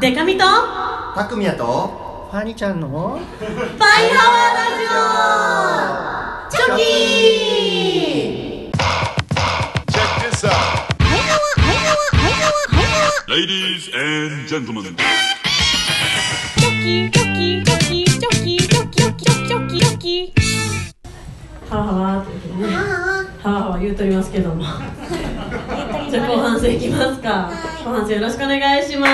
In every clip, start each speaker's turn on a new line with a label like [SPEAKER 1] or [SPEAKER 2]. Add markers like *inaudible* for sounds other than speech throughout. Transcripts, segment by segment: [SPEAKER 1] デカミとフ
[SPEAKER 2] たくみやと
[SPEAKER 3] ファニちゃんの
[SPEAKER 1] ァイハワーラジオチョキ
[SPEAKER 4] Check this out.
[SPEAKER 5] Hang
[SPEAKER 4] Ladies and gentlemen.
[SPEAKER 1] ハワハワということでねハワハワ言うとりますけどもじゃあ後半戦いきますか、後半戦よろしくお願いしますじ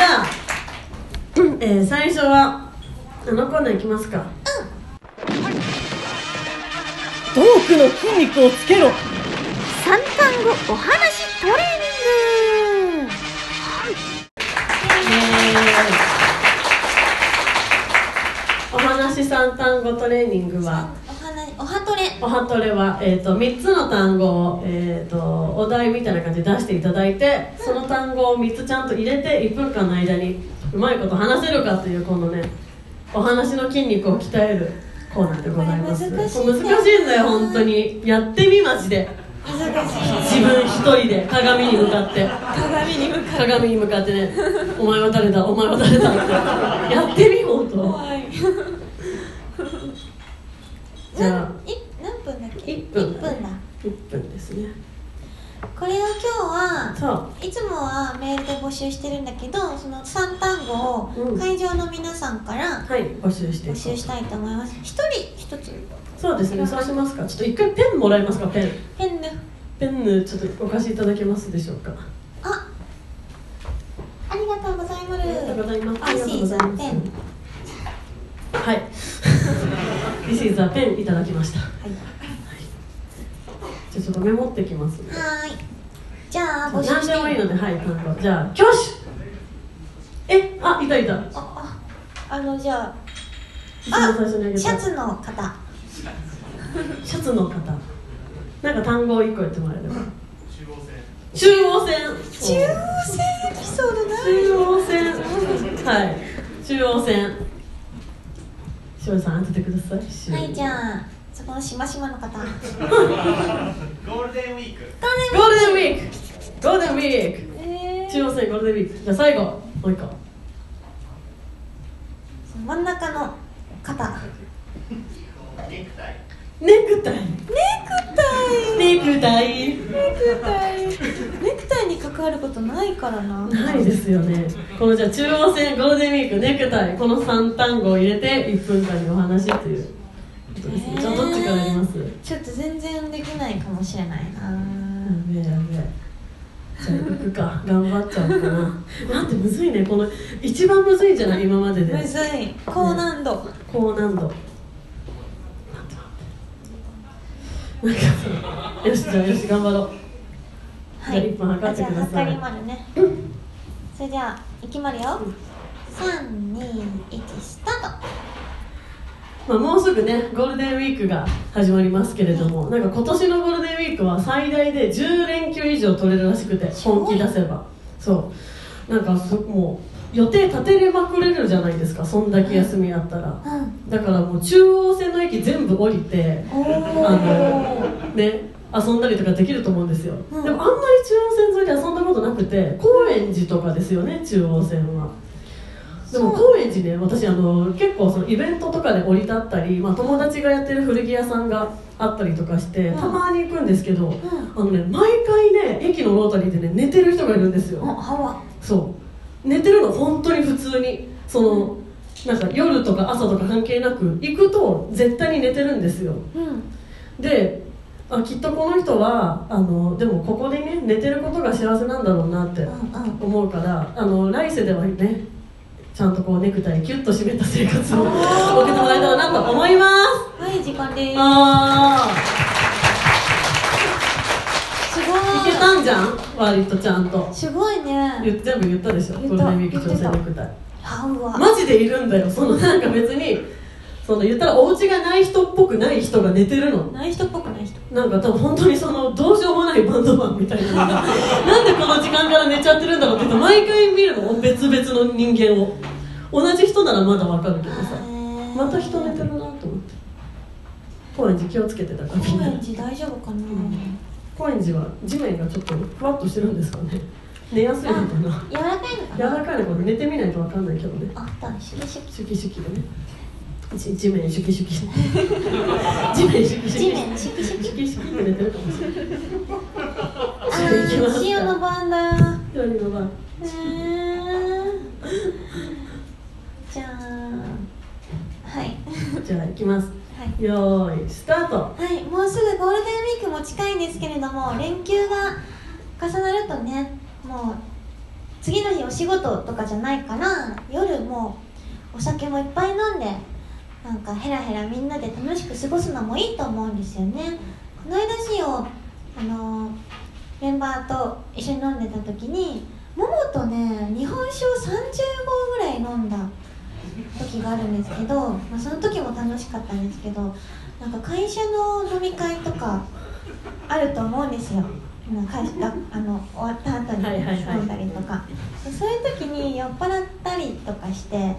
[SPEAKER 1] ゃあ、えー最初はあのコーナーいきますかうんトークの筋肉をつけろ
[SPEAKER 5] 三単語お話トレーニング
[SPEAKER 1] お話三単語トレーニングは
[SPEAKER 5] お話おはトレ
[SPEAKER 1] おはトレは、えー、と3つの単語を、えー、とお題みたいな感じで出していただいてその単語を3つちゃんと入れて1分間の間にうまいこと話せるかというこのねお話の筋肉を鍛えるコーナーでございます
[SPEAKER 5] これ難しい
[SPEAKER 1] これ難しいんだよ本当にやってみマジで自分一人で鏡に向かって鏡に向かって鏡に向かってねお前は誰だお前は誰だってやってみ本当
[SPEAKER 6] はい。
[SPEAKER 1] じゃあ
[SPEAKER 6] い何分だっけ？
[SPEAKER 1] 1分
[SPEAKER 6] 1分だ。
[SPEAKER 1] 1分ですね
[SPEAKER 6] これを今日は
[SPEAKER 1] そう
[SPEAKER 6] いつもはメールで募集してるんだけど、その三単語
[SPEAKER 1] う
[SPEAKER 6] を
[SPEAKER 1] ん
[SPEAKER 6] 会場の皆さんから
[SPEAKER 1] はい募集してい
[SPEAKER 6] 募
[SPEAKER 1] こう
[SPEAKER 6] 集したいと思います。一人一つ
[SPEAKER 1] そうですね、そうしますか。ちょっと一回ペンもらえますか、ペン。
[SPEAKER 6] ペンで。
[SPEAKER 1] ペンヌ、ちょっとお貸しいただけますでしょうか。
[SPEAKER 6] あ、ありがとうございま
[SPEAKER 1] ありがとうご
[SPEAKER 6] す。
[SPEAKER 1] ざいます。
[SPEAKER 6] ありがとうございます
[SPEAKER 1] ペン。はい。This is a ペンいただきました。はい。じゃあちょっとメモってきます。
[SPEAKER 6] はーい。じゃあ募集
[SPEAKER 1] 何
[SPEAKER 6] して
[SPEAKER 1] でもいいので、はい、単語。じゃあ、挙手え、あ、いたいた。一
[SPEAKER 6] あああのじゃあ
[SPEAKER 1] 番最初にあげた。
[SPEAKER 6] シャツの方。
[SPEAKER 1] シャツの方。なんか単語を一個言ってもらえれば。中央線。中央線。
[SPEAKER 6] 線エピソードな
[SPEAKER 1] 中央線はい中央線しおりさん当ててくださいしおり
[SPEAKER 6] はいじゃあそこのしましまの方。
[SPEAKER 1] ゴールデンウィークゴールデンウィー
[SPEAKER 6] え
[SPEAKER 1] ク中央線ゴールデンウィークじゃあ最後もう一個
[SPEAKER 6] 真ん中の方
[SPEAKER 1] ネクタイネクタイネ
[SPEAKER 6] ネ
[SPEAKER 1] ク
[SPEAKER 6] クタイネクタイに関わることないからな
[SPEAKER 1] タイないですよねこのじゃあ中央線ゴールデンウィークネクタイこの3単語を入れて1分間にお話っていうことですねじゃあどっちからやりますや
[SPEAKER 6] ちょっと全然できないかもしれないな
[SPEAKER 1] べえやべえじゃあ行くか頑張っちゃおうかななんてむずいねこの一番むずいんじゃない今までで
[SPEAKER 6] むずい高難度、
[SPEAKER 1] 高難度なんかさよしじゃあよし頑張ろう
[SPEAKER 6] はい
[SPEAKER 1] じゃあ一分測ってください
[SPEAKER 6] あじゃあ測り丸ねそれじゃあいきまるよ321スタート
[SPEAKER 1] まあ、もうすぐねゴールデンウィークが始まりますけれどもなんか今年のゴールデンウィークは最大で10連休以上取れるらしくて本気出せばそうなんかそもう予定立てれまくれるじゃないですかそんだけ休みあったら
[SPEAKER 6] うん
[SPEAKER 1] だからもう中央線の駅全部降りて
[SPEAKER 6] お
[SPEAKER 1] あ
[SPEAKER 6] お
[SPEAKER 1] のね遊んだりとかできると思うんですよ、
[SPEAKER 6] うん
[SPEAKER 1] でもあんまり中央線沿いで遊んだことなくて高円寺とかですよね中央線はでも高円寺ね私あの結構そのイベントとかで降り立ったり、まあ、友達がやってる古着屋さんがあったりとかして、
[SPEAKER 6] うん
[SPEAKER 1] たまに行くんですけど、あのね毎回ね駅のロータリーでね寝てる人がいるんですよ、
[SPEAKER 6] あハワ
[SPEAKER 1] そう寝てるの本当に普通にそのなんか夜とか朝とか関係なく行くと絶対に寝てるんですよ
[SPEAKER 6] うん
[SPEAKER 1] であきっとこの人はあのでもここでね寝てることが幸せなんだろうなって
[SPEAKER 6] うんうん
[SPEAKER 1] 思うからあの来世ではねちゃんとこうネクタイキュッと締めた生活を送ってもらえたらなと思います
[SPEAKER 6] はい時間です
[SPEAKER 1] あ
[SPEAKER 6] す
[SPEAKER 1] あいけ
[SPEAKER 6] ご
[SPEAKER 1] たんじゃん割とちゃんと
[SPEAKER 6] いすごいね
[SPEAKER 1] 言っ全部言ったでしょ
[SPEAKER 6] 言
[SPEAKER 1] ゴ
[SPEAKER 6] っ
[SPEAKER 1] ールデ
[SPEAKER 6] た
[SPEAKER 1] ンウィーク調整ネクタイ
[SPEAKER 6] ハワ
[SPEAKER 1] マジでいるんだよそのなんか別にその言ったらお家がない人っぽくない人が寝てるの
[SPEAKER 6] ない人っぽくない人
[SPEAKER 1] なんか多分本当にそのどうしようもないバンドマンみたいな
[SPEAKER 6] *laughs*
[SPEAKER 1] のがなんでこの時間から寝ちゃってるんだろうって言うと毎回見るの別々の人間を同じ人ならまだわかるけどさまた人寝てるなと思って高円寺気をつけてたからみん
[SPEAKER 6] 高
[SPEAKER 1] な
[SPEAKER 6] 円寺大丈夫かな、
[SPEAKER 1] 高円寺は地面がちょっとふわっとしてるんですかね寝やすいのかな
[SPEAKER 6] 柔らかいのか
[SPEAKER 1] 柔
[SPEAKER 6] な
[SPEAKER 1] らかいのかな寝てみないとわかんないけどね
[SPEAKER 6] あったシュキシュキ
[SPEAKER 1] シュキシュキでねじ地面シュ
[SPEAKER 6] *laughs*
[SPEAKER 1] キシュキ地面シュキシュキ
[SPEAKER 6] 地面シュキシュキ
[SPEAKER 1] シュキシュキって寝てるかもしれない
[SPEAKER 6] あー塩の番だー
[SPEAKER 1] 左の番
[SPEAKER 6] うーんじゃあはい
[SPEAKER 1] じゃあ行きます
[SPEAKER 6] はい
[SPEAKER 1] よーいスタート
[SPEAKER 6] はい、もうすぐゴールデンウィークも近いんですけれども連休が重なるとねもう次の日お仕事とかじゃないから夜もうお酒もいっぱい飲んでなんかヘラヘラみんなで楽しく過ごすのもいいと思うんですよねこの間しをあのーメンバーと一緒に飲んでた時にももとね日本酒を30合ぐらい飲んだ時があるんですけど、まあ、その時も楽しかったんですけどなんか会社の飲み会とかあると思うんですよなんか会社があの終わった後に
[SPEAKER 1] はいはいはい
[SPEAKER 6] 飲んだりとか、でそういう時に酔っ払ったりとかしてもう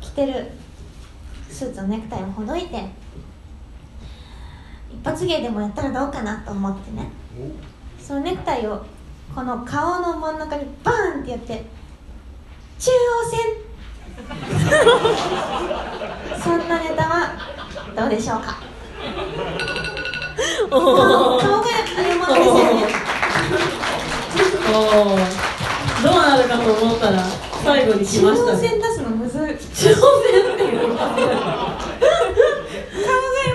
[SPEAKER 6] 着てるスーツのネクタイをほどいて一発芸でもやったらどうかなと思ってねそのネクタイをこの顔の真ん中にバーンってやって中央線 *laughs* そんなネタはどうでしょうか顔
[SPEAKER 1] お
[SPEAKER 6] が
[SPEAKER 1] ー
[SPEAKER 6] あれものですよね
[SPEAKER 1] おーどうなるかと思ったら最後に来
[SPEAKER 6] 中
[SPEAKER 1] ま
[SPEAKER 6] 央
[SPEAKER 1] した
[SPEAKER 6] 線
[SPEAKER 1] ね
[SPEAKER 6] 出すのむずい
[SPEAKER 1] 中央線っていう
[SPEAKER 6] 顔が獲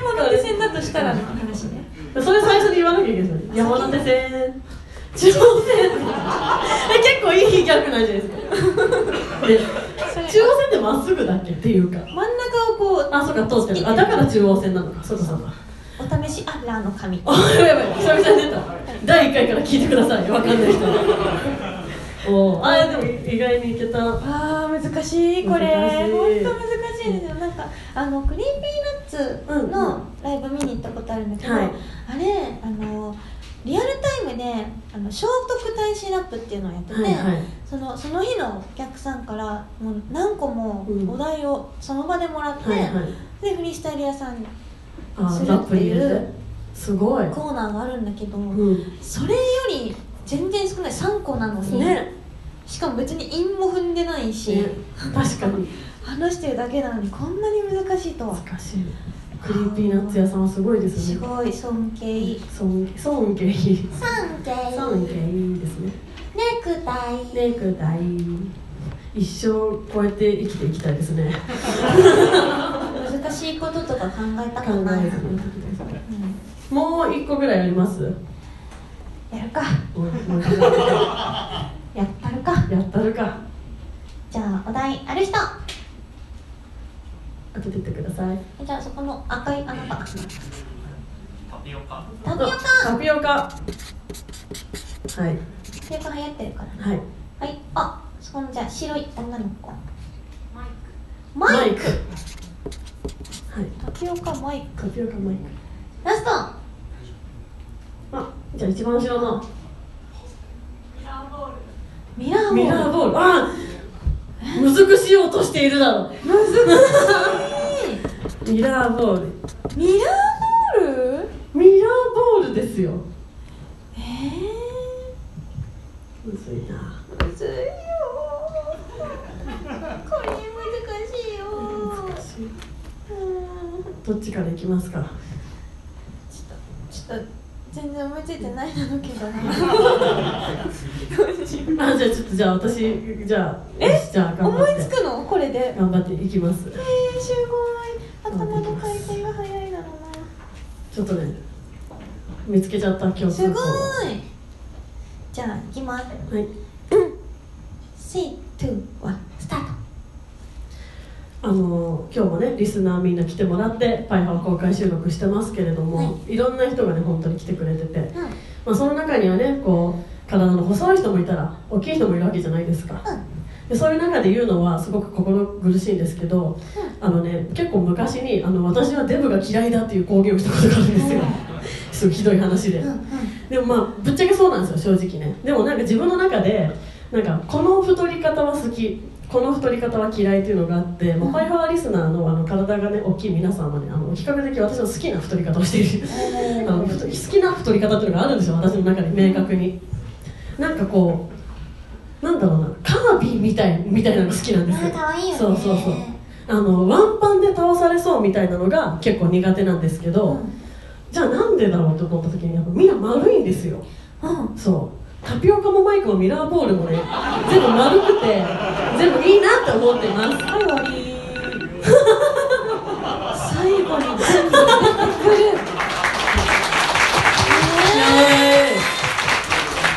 [SPEAKER 6] 物線だとしたらの話ね
[SPEAKER 1] それ最初に言わなきゃいけないですよね山手線中央線え結構いいギャグなんじゃないです
[SPEAKER 6] *laughs*
[SPEAKER 1] かで
[SPEAKER 6] それ
[SPEAKER 1] 中央線ってまっすぐだっけっていうか
[SPEAKER 6] 真ん中をこう
[SPEAKER 1] あそうか通ってるあだから中央線なのかそうかそうか
[SPEAKER 6] お試しアラーの紙
[SPEAKER 1] あやばいやばい久々に出た第1回から聞いてくださいわかんない人はおーあでも意外にいけた
[SPEAKER 6] あー難しいこれ
[SPEAKER 1] 難しい
[SPEAKER 6] 本当難しいですよなんかあのクリーピーナッツのライブ見に行ったことあるんだけど、
[SPEAKER 1] は
[SPEAKER 6] あ
[SPEAKER 1] い
[SPEAKER 6] れあのリアルタイムであの聖徳太子ラップっていうのをやってて、
[SPEAKER 1] はいはい
[SPEAKER 6] そのその日のお客さんからもう何個も
[SPEAKER 1] うん
[SPEAKER 6] お題をその場でもらって、
[SPEAKER 1] はいはい
[SPEAKER 6] でフリースタイル屋さん
[SPEAKER 1] あ
[SPEAKER 6] する
[SPEAKER 1] ラッ
[SPEAKER 6] って
[SPEAKER 1] プに入
[SPEAKER 6] い
[SPEAKER 1] れ
[SPEAKER 6] う
[SPEAKER 1] てすごい
[SPEAKER 6] コーナーがあるんだけど、
[SPEAKER 1] うん
[SPEAKER 6] それより全然少ない3個なのに、
[SPEAKER 1] ね
[SPEAKER 6] しかも別に韻も踏んでないし、
[SPEAKER 1] ね確かに
[SPEAKER 6] 話してるだけなのにこんなに難しいとは
[SPEAKER 1] 難しいクリーピーナッツ屋さんはすごいです
[SPEAKER 6] す
[SPEAKER 1] ね
[SPEAKER 6] ごい尊敬いい
[SPEAKER 1] 尊敬尊敬いい
[SPEAKER 6] 尊敬
[SPEAKER 1] 尊敬いいですね
[SPEAKER 6] ネクタイ
[SPEAKER 1] レイク大一生こうやって生きていきたいですね
[SPEAKER 6] 難しいこととか考えた
[SPEAKER 1] *laughs* 考
[SPEAKER 6] くない
[SPEAKER 1] えてみたくないもう一個ぐらいありますも
[SPEAKER 6] うんやるか
[SPEAKER 1] うもう一個
[SPEAKER 6] やったるか
[SPEAKER 1] やったるか
[SPEAKER 6] じゃあお題ある人
[SPEAKER 1] 当ててってください
[SPEAKER 6] じゃあそこの赤いあなた
[SPEAKER 2] タピオカ
[SPEAKER 6] タピオカ
[SPEAKER 1] タピオカはい
[SPEAKER 6] タピオカ流行ってるからね
[SPEAKER 1] はい
[SPEAKER 6] はいあそこのじゃあ白い女の子マイク
[SPEAKER 1] マイクはい
[SPEAKER 6] タピオカマイク
[SPEAKER 1] タピオカマイク
[SPEAKER 6] ラスト
[SPEAKER 1] あじゃあ一番後ろの
[SPEAKER 6] ミラーボール
[SPEAKER 1] ミ
[SPEAKER 6] *laughs*
[SPEAKER 1] ラーボールあむずくしようとしているだろ
[SPEAKER 6] むずかしい
[SPEAKER 1] ミラーボール
[SPEAKER 6] ミラーボール
[SPEAKER 1] ミラーボールですよ
[SPEAKER 6] え
[SPEAKER 1] むずいな
[SPEAKER 6] ー、むずいよーこれ難しいよーうーん
[SPEAKER 1] どっちからいきますか
[SPEAKER 6] ちょっとちょっと全然思いついてないなのけどな
[SPEAKER 1] あじゃあちょっとじゃあ私じゃあえじゃあ頑張
[SPEAKER 6] 思
[SPEAKER 1] っ
[SPEAKER 6] い
[SPEAKER 1] て
[SPEAKER 6] つくのこれでえ
[SPEAKER 1] 頑張っていきます
[SPEAKER 6] ー、すごい頭の回転が早いだろう
[SPEAKER 1] ちょっとね見つけちゃった今
[SPEAKER 6] な
[SPEAKER 1] 日
[SPEAKER 6] すご
[SPEAKER 1] はい
[SPEAKER 6] じゃあ行きます
[SPEAKER 1] い
[SPEAKER 6] 3 2 1スタート
[SPEAKER 1] あのー今日もねリスナーみんな来てもらって「パイハー」公開収録してますけれども、い、ろんな人がね本当に来てくれてて、
[SPEAKER 6] うん
[SPEAKER 1] まあ、その中にはねこう体の細い人もいたら大きい人もいるわけじゃないですか、でそういう中で言うのはすごく心苦しいんですけど、あのね結構昔にあの私はデブが嫌いだっていう公言をしたことがあるんですよ、 *laughs* すごいひどい話で、でもまあぶっちゃけそうなんですよ正直ねでもなんか自分の中でなんかこの太り方は好きこの太り方は嫌いというのがあって、まあ、パイハワリスナーのあの体がね大きい皆さんはねあの比較的私の好きな太り方をしているあの太好きな太り方っていうのがあるんですよ私の中に明確になんかこうなんだろうなカービィみたいみたいなのが好きなんです
[SPEAKER 6] あ
[SPEAKER 1] よ
[SPEAKER 6] ー可愛いよね
[SPEAKER 1] そうそうそうあのワンパンで倒されそうみたいなのが結構苦手なんですけど、じゃあなんでだろうと思った時にやっぱみんな丸いんですよ
[SPEAKER 6] うん
[SPEAKER 1] そうタピオカもマイクもミラーボールもね全部丸くて全部いいなって思ってます
[SPEAKER 6] 最後に最後に全部出てくる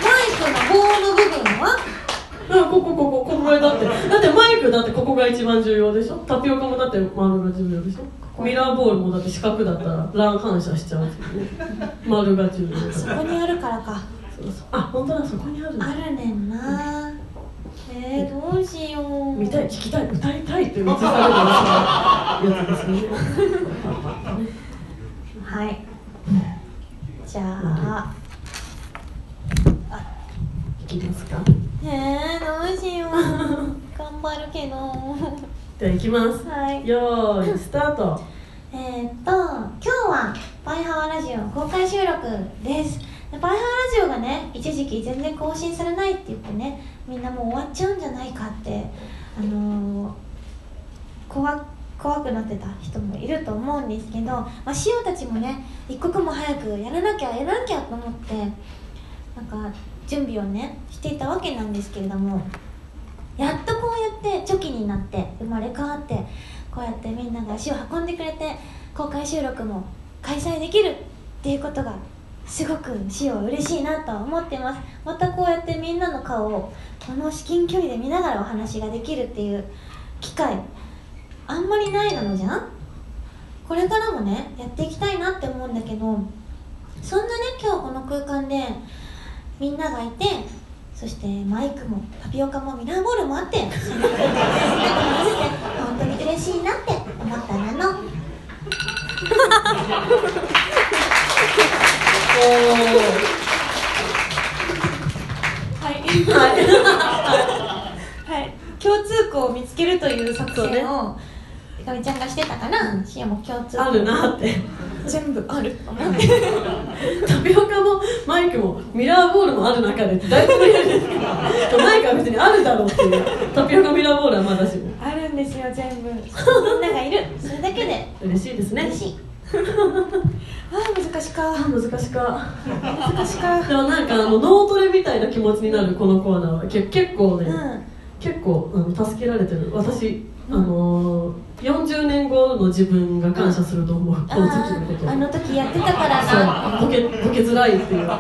[SPEAKER 6] マイクの棒の部分は
[SPEAKER 1] うんここここここぐらいだってだってマイクだってここが一番重要でしょタピオカもだって丸が重要でしょミラーボールもだって四角だったら乱反射しちゃうしね丸が重要だから
[SPEAKER 6] そこにあるからか
[SPEAKER 1] そうそうあ本当だそこにあるの
[SPEAKER 6] あるねんなえー、どうしよう
[SPEAKER 1] 見たい聞きたい歌いたいって映されてるやつですね
[SPEAKER 6] はいじゃあ
[SPEAKER 1] いきますか
[SPEAKER 6] えー、どうしよう頑張るけど
[SPEAKER 1] ではいきます
[SPEAKER 6] はい
[SPEAKER 1] よーいスタート
[SPEAKER 6] えー、っと今日は「バイハワラジオ」公開収録ですでバイハワラジオがね一時期全然更新されないって言ってねみんなもう終わっちゃうんじゃないかってあのー、怖怖くなってた人もいると思うんですけど、まあ、シオたちもね一刻も早くやらなきゃやらなきゃと思ってなんか準備をねしていたわけなんですけれどもやっとこうやってチョキになって生まれ変わってこうやってみんなが足を運んでくれて公開収録も開催できるっていうことがすごくしお嬉しいなと思ってますまたこうやってみんなの顔をこの至近距離で見ながらお話ができるっていう機会あんまりないなのじゃんこれからもねやっていきたいなって思うんだけどそんなね今日この空間でみんながいてそしてマイクもタピオカもミラーボールもあってそんな空間でみんなが合わせて本当に嬉しいなって思ったなのはいはい共通項を見つけるという作戦をいかみちゃんがしてたからしやも共通項
[SPEAKER 1] あるなって
[SPEAKER 6] 全部あると思って
[SPEAKER 1] タピオカもマイクもミラーボールもある中でだいぶ無理やりですけどマイクは別にあるだろうっていうタピオカミラーボールはまだしも
[SPEAKER 6] あるんですよ全部みんながいるそれだけで
[SPEAKER 1] 嬉しいですね
[SPEAKER 6] 嬉 *laughs* しいあー難しか
[SPEAKER 1] あ難しか
[SPEAKER 6] 難しか
[SPEAKER 1] でもなんかあの脳トレみたいな気持ちになるこのコーナーはけ結構
[SPEAKER 6] う
[SPEAKER 1] ね、
[SPEAKER 6] ん
[SPEAKER 1] 結構あの助けられてる私、あのー40年後の自分が感謝すると思う、この時のこと
[SPEAKER 6] あーあの時やってたからさ
[SPEAKER 1] そうボケボケづらいっていう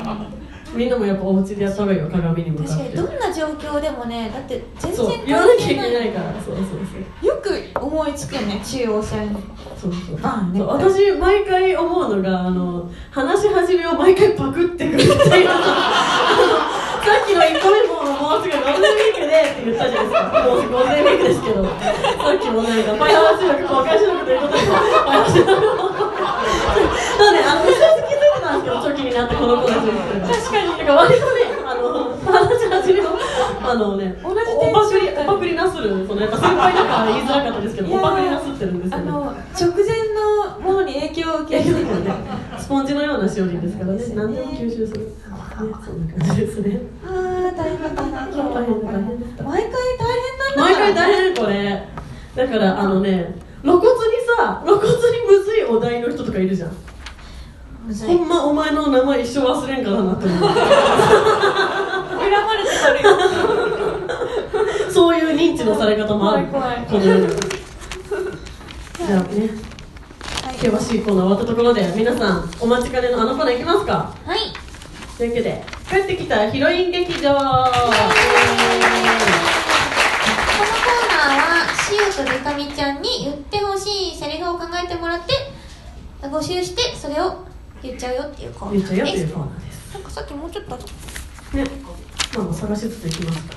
[SPEAKER 1] みんなもやっぱお家でやった方がいいよ鏡に向
[SPEAKER 6] 確
[SPEAKER 1] か
[SPEAKER 6] か
[SPEAKER 1] っ
[SPEAKER 6] に
[SPEAKER 1] て
[SPEAKER 6] どんな状況でもねだって全然
[SPEAKER 1] そう言わなきゃいけ
[SPEAKER 6] 関係
[SPEAKER 1] ないからそうそうそう
[SPEAKER 6] よく思いつくよね中央線
[SPEAKER 1] そうそう
[SPEAKER 6] あね
[SPEAKER 1] そう私毎回思うのがあの話し始めを毎回パクってくるって *laughs* いうあのさっきの1個目ももうすぐゴールデンウィークでって言ったじゃないですかもうすぐゴールデンウィークですけどさっきもなんかパイハワ収録公開収録ということでパイハワ収録なのであの正直そうなんですけど初期になってこの子たち確かになんか割とねあの話し始めをあ *laughs* のね
[SPEAKER 6] 同じテンション
[SPEAKER 1] おパクリおパクリなするそのやっぱ先輩だから言いづらかったですけど
[SPEAKER 6] いやー
[SPEAKER 1] おパクリなすってるんですよね
[SPEAKER 6] 直前のものに影響を受
[SPEAKER 1] 結構ね、 *laughs* スポンジのようなしおりですからね、何でも吸収する。ね、そんな感じですね。
[SPEAKER 6] あー大変だったな今日
[SPEAKER 1] 大変だ大変だった
[SPEAKER 6] 毎回大
[SPEAKER 1] 毎
[SPEAKER 6] 変なんだ
[SPEAKER 1] 回大変これ。だから、あのね、露骨にさ、露骨にむずいお題の人とかいるじゃん。ほんまお前の名前一生忘れんからなって思う。
[SPEAKER 6] 恨まれてたるよ
[SPEAKER 1] そういう認知のされ方もある。
[SPEAKER 6] 怖い怖い
[SPEAKER 1] この世にはじゃあね、険しいコーナー終わったところで、皆さん、お待ちかねのあのコーナーいきますか。
[SPEAKER 6] はい
[SPEAKER 1] というわけで、帰ってきたヒロイン劇場。
[SPEAKER 6] このコーナーはしおとでかみちゃんに言ってほしいセリフを考えてもらって募集してそれを言っちゃうよっていうコーナ
[SPEAKER 1] ゆうちゃんよ
[SPEAKER 6] ー
[SPEAKER 1] って
[SPEAKER 6] で
[SPEAKER 1] いう
[SPEAKER 6] す
[SPEAKER 1] コーナーです。
[SPEAKER 6] なんかさっきもうちょっとあった
[SPEAKER 1] ね、まあまあ探しつついきますか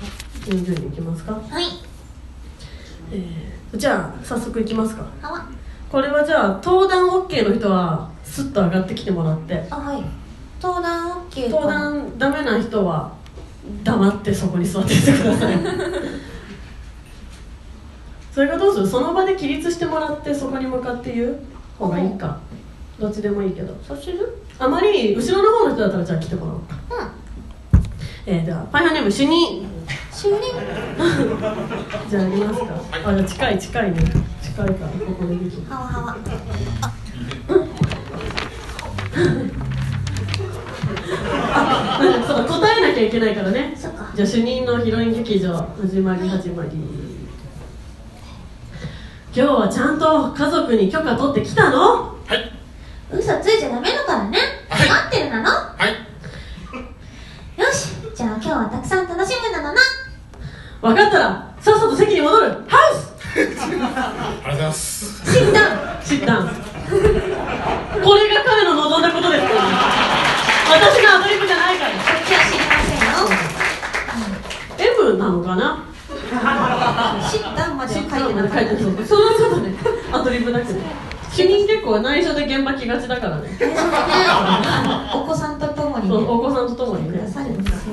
[SPEAKER 1] 順々にいきますか、
[SPEAKER 6] はい
[SPEAKER 1] えー、じゃあ早速いきますか
[SPEAKER 6] あわ
[SPEAKER 1] これはじゃあ登壇 OK の人はスッと上がってきてもらって
[SPEAKER 6] あはい登壇 OK
[SPEAKER 1] 登壇ダメな人は黙ってそこに座っててください *laughs* それがどうするその場で起立してもらってそこに向かって言う方がいいかどっちでもいいけど
[SPEAKER 6] そうする
[SPEAKER 1] あまり後ろの方の人だったらじゃあ来てもらおうか
[SPEAKER 6] うん
[SPEAKER 1] えー、ではパイハーネーム主任
[SPEAKER 6] 終了
[SPEAKER 1] じゃあありますかあじゃあ近い近いね近いからここでできる
[SPEAKER 6] はわはわ
[SPEAKER 1] なんか *laughs* そう答えなきゃいけないからね
[SPEAKER 6] そっか
[SPEAKER 1] じゃあ主任のヒロイン劇場始まり始まり今日はちゃんと家族に許可取ってきたの
[SPEAKER 6] 嘘ついちゃダメだからね待ってるなの
[SPEAKER 3] はい
[SPEAKER 6] よしじゃあ今日はたくさん楽しむなのな
[SPEAKER 1] 分かったらさっさと席に戻るハウス
[SPEAKER 3] ありがとうございます
[SPEAKER 6] 死んだ
[SPEAKER 1] 知ったんこれが彼の望んだことですから私のアドリブじゃないから
[SPEAKER 6] こっちは知りませんよ
[SPEAKER 1] M なのかな
[SPEAKER 6] 知ったまでは書いてなか
[SPEAKER 1] 書い
[SPEAKER 6] った
[SPEAKER 1] てないそのことねアドリブだけど主任結構内緒で現場来がちだからね
[SPEAKER 6] お子さんとともに
[SPEAKER 1] そう
[SPEAKER 6] ね
[SPEAKER 1] お子さんとともに
[SPEAKER 6] くだ
[SPEAKER 1] ね
[SPEAKER 6] さるんですよ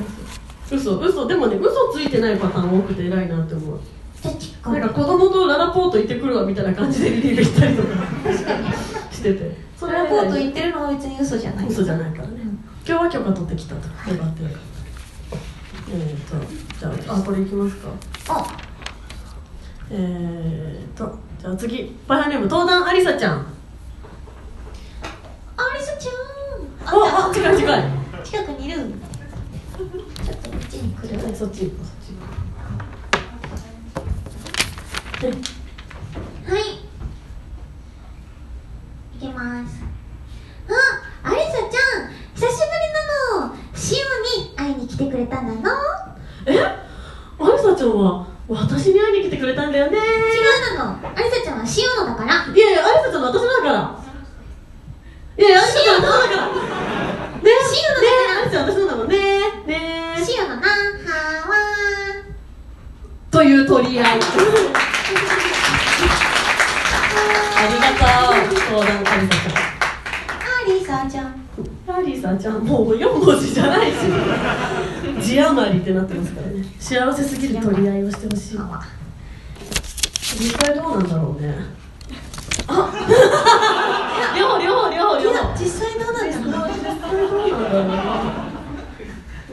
[SPEAKER 1] 嘘嘘でもね嘘ついてないパターン多くて偉いなって思う
[SPEAKER 6] じゃあ結構
[SPEAKER 1] なんか子供とララポート行ってくるわみたいな感じでリリーベしたりとか
[SPEAKER 6] 確かに
[SPEAKER 1] しててそ
[SPEAKER 6] ラポート言
[SPEAKER 1] ね
[SPEAKER 6] ってるのは別に嘘じゃない
[SPEAKER 1] 嘘じゃないからね今日は許可取ってきたとよかったよかったえーとじゃああこれいきますか
[SPEAKER 6] あ
[SPEAKER 1] えーとじゃあ次パイハーネーム東壇ありさちゃん
[SPEAKER 6] アリサちゃん
[SPEAKER 1] ああ
[SPEAKER 6] あん
[SPEAKER 1] 近い近い
[SPEAKER 6] た近くにいるちょっとこっちに来る
[SPEAKER 1] そっち
[SPEAKER 6] はい。いきます。あ、アリサちゃん、久しぶりなの。シオに会いに来てくれたんだの。違う
[SPEAKER 1] えありさちゃんは私に会いに来てくれたんだよね
[SPEAKER 6] なの。アリサちゃんはシオのだから。
[SPEAKER 1] いやいやありさちゃんは私のだからいやいやありさちゃんは私のだからね
[SPEAKER 6] シオの
[SPEAKER 1] ねありさちゃんは私のだもんねね
[SPEAKER 6] シオのな、はわ
[SPEAKER 1] という取り合いありがとう相談ありさちゃん
[SPEAKER 6] ー。アリサちゃん。
[SPEAKER 1] アリサちゃんもう4文字じゃ *laughs* ないし字余りってなってますからね幸せすぎる取り合いをしてほしい実際どうなんだろうね *laughs* あ両方両方両方両方
[SPEAKER 6] 実際どうなんだろう。
[SPEAKER 1] どうなんだろうなだ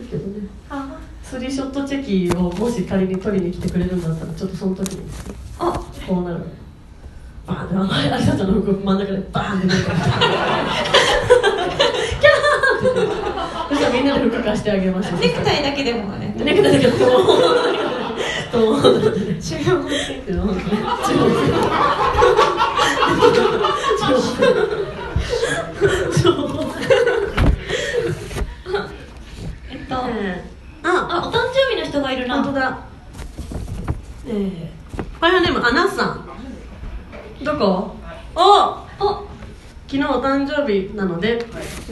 [SPEAKER 1] けどね
[SPEAKER 6] あ、
[SPEAKER 1] スリーショットチェキをもし仮に取りに来てくれるんだったらちょっとその時に
[SPEAKER 6] あ、
[SPEAKER 1] こうなるバーンって名前ありがとうの服真ん中でバーンって出てキャーンってそしたらみんなで服貸してあげましょう
[SPEAKER 6] ネクタイだけでもね。
[SPEAKER 1] ネクタイだけどと思うと思う
[SPEAKER 6] 違う。
[SPEAKER 1] 違う
[SPEAKER 6] えっと、あ、お誕生日の人がいる
[SPEAKER 1] 本当だえーパイハーネームアナさんどこお
[SPEAKER 6] お、
[SPEAKER 1] 昨日お誕生日なので、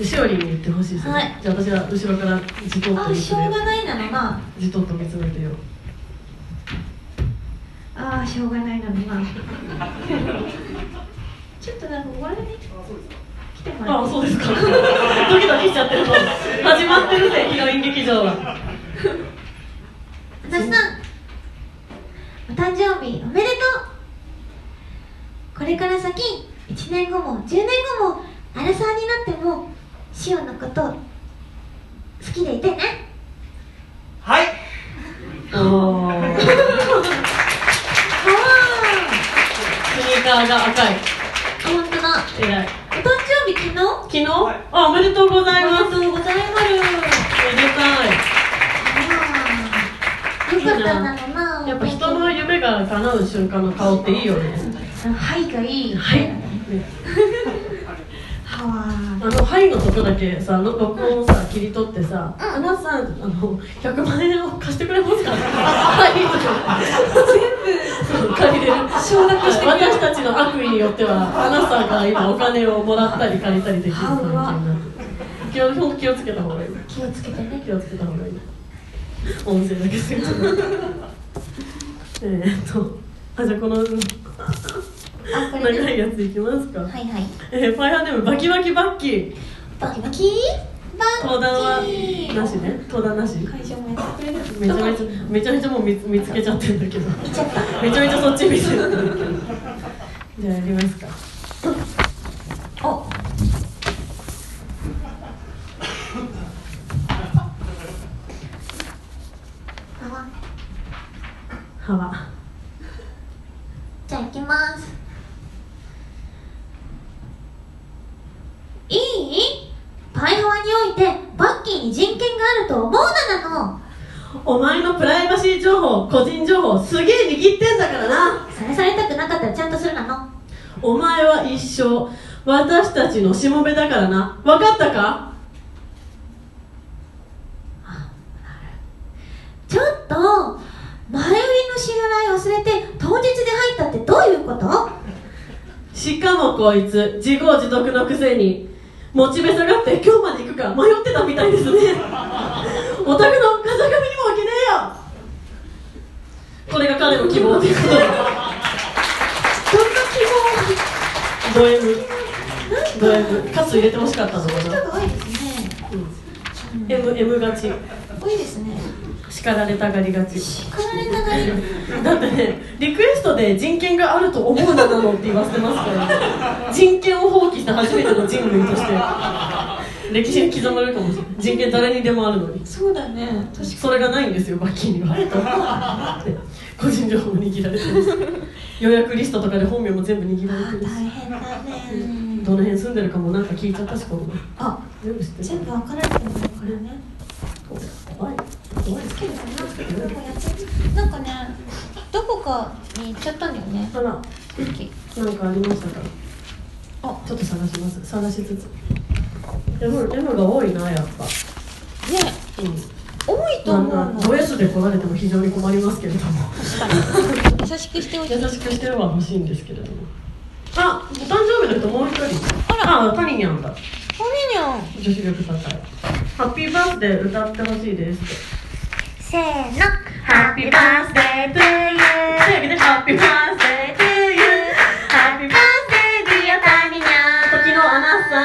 [SPEAKER 1] しおりんに行ってほしいです、ね
[SPEAKER 6] はい
[SPEAKER 1] じゃあ私は後ろからじとっと
[SPEAKER 6] あ、
[SPEAKER 1] 見
[SPEAKER 6] し
[SPEAKER 1] つ
[SPEAKER 6] ょう
[SPEAKER 1] めよ
[SPEAKER 6] がないなのな。
[SPEAKER 1] うじとっと見つめてよ
[SPEAKER 6] ああしょうがないなのな *laughs* ちょっとなんか終わらね来てもら
[SPEAKER 1] あ
[SPEAKER 6] う
[SPEAKER 1] そうですか *laughs* ドキドキしちゃってるの始まってるぜヒロイン劇場が
[SPEAKER 6] 私さんお誕生日おめでとうこれから先1年後も10年後もアラサーになってもシオンのこと好きでいてね
[SPEAKER 2] はい
[SPEAKER 1] おース
[SPEAKER 6] あ
[SPEAKER 1] ニーカーが赤い
[SPEAKER 6] あ本当だ
[SPEAKER 1] 偉い
[SPEAKER 6] お誕生日昨日
[SPEAKER 1] 昨日、あおめでとうございま
[SPEAKER 6] と
[SPEAKER 1] す
[SPEAKER 6] うございます
[SPEAKER 1] めでたい
[SPEAKER 6] よかったなのな
[SPEAKER 1] やっぱ人の夢が叶う瞬間の顔っていいよね
[SPEAKER 6] はいがいい
[SPEAKER 1] はい
[SPEAKER 6] はわー
[SPEAKER 1] あの「はい」のとこだけさ録音をさ切り取ってさ「アナさんあの100万円を貸してくれますか?」はい」 *laughs* 全部借りれる承諾して私たちの悪意によってはアナさんが今お金をもらったり借りたりできる関係になって気をほんと気をつけた方がいい
[SPEAKER 6] 気をつけてね
[SPEAKER 1] 気をつけた方がいい音声だけする *laughs* えーっとあじゃあこの
[SPEAKER 6] あ、これ
[SPEAKER 1] 長
[SPEAKER 6] ね
[SPEAKER 1] いやついきますか
[SPEAKER 6] はいはい。
[SPEAKER 1] えー、ファイハーネームバキバキバッキー
[SPEAKER 6] バキバキバ
[SPEAKER 1] 登壇はなしね登壇なし
[SPEAKER 6] 会場もやってくれる
[SPEAKER 1] めちゃめち
[SPEAKER 6] どこ
[SPEAKER 1] ゃ
[SPEAKER 6] に
[SPEAKER 1] めちゃめちゃもう見つ見つけちゃってるんだけど
[SPEAKER 6] 行っちゃった
[SPEAKER 1] めちゃめちゃそっち見てるんだけどじゃあやりますか
[SPEAKER 6] おあわ
[SPEAKER 1] 歯は
[SPEAKER 6] じゃあ行きますいいパイハワにおいてバッキーに人権があると思うななの
[SPEAKER 1] お前のプライバシー情報個人情報すげえ握ってんだからな
[SPEAKER 6] それされたくなかったらちゃんとするなの
[SPEAKER 1] お前は一生私たちのしもべだからな分かったか
[SPEAKER 6] ちょっと前売りの支払い忘れて当日で入ったってどういうこと
[SPEAKER 1] しかもこいつ自業自得のくせにモチベ下がって今日まで行くか迷ってたみたいですね *laughs* お宅の風上にも置けねえよこれが彼の希望ということで
[SPEAKER 6] どんな希望
[SPEAKER 1] ド M ド M カツ入れてほしかったのかな
[SPEAKER 6] 人が多いですね
[SPEAKER 1] M, M 勝ち
[SPEAKER 6] 多いですね
[SPEAKER 1] 叱られたがりがち
[SPEAKER 6] 叱られながら
[SPEAKER 1] だってねリクエストで人権があると思うななのって言わせてますから、ね、人権を放棄した初めての人類として歴史に刻まれるかもしれない人権誰にでもあるのに
[SPEAKER 6] そうだね確かに
[SPEAKER 1] それがないんですよ罰金にはね個人情報も握られてるし予約リストとかで本名も全部握られてるし
[SPEAKER 6] 大変だね
[SPEAKER 1] どの辺住んでるかもなんか聞いちゃったしこの前
[SPEAKER 6] あ
[SPEAKER 1] 全部知って
[SPEAKER 6] 全
[SPEAKER 1] る
[SPEAKER 6] 部分かられてるからね
[SPEAKER 1] 怖い怖い
[SPEAKER 6] つけるかななんかやってなんかねどこかに行っちゃったんだよね
[SPEAKER 1] あら
[SPEAKER 6] さっき
[SPEAKER 1] なんかありましたかあちょっと探します探しつつ M, M が多いなやっぱ
[SPEAKER 6] ね
[SPEAKER 1] う
[SPEAKER 6] 多いと
[SPEAKER 1] ん、
[SPEAKER 6] 思
[SPEAKER 1] な
[SPEAKER 6] うんの
[SPEAKER 1] かド S で来られても非常に困りますけれども
[SPEAKER 6] 優しくしておいて
[SPEAKER 1] 優しくしては欲しいんですけれどもあお誕生日の人もう一人あらあパニニャンだ
[SPEAKER 6] ほみにょん
[SPEAKER 1] 女子力高いハッピーバースデー歌ってほしいですって
[SPEAKER 5] せーのハッピーバースデートゥーユー
[SPEAKER 1] 手挙げてハッピーバースデー to you ハッピーバー
[SPEAKER 5] バースデーディアパニニャ
[SPEAKER 1] 時のアナさん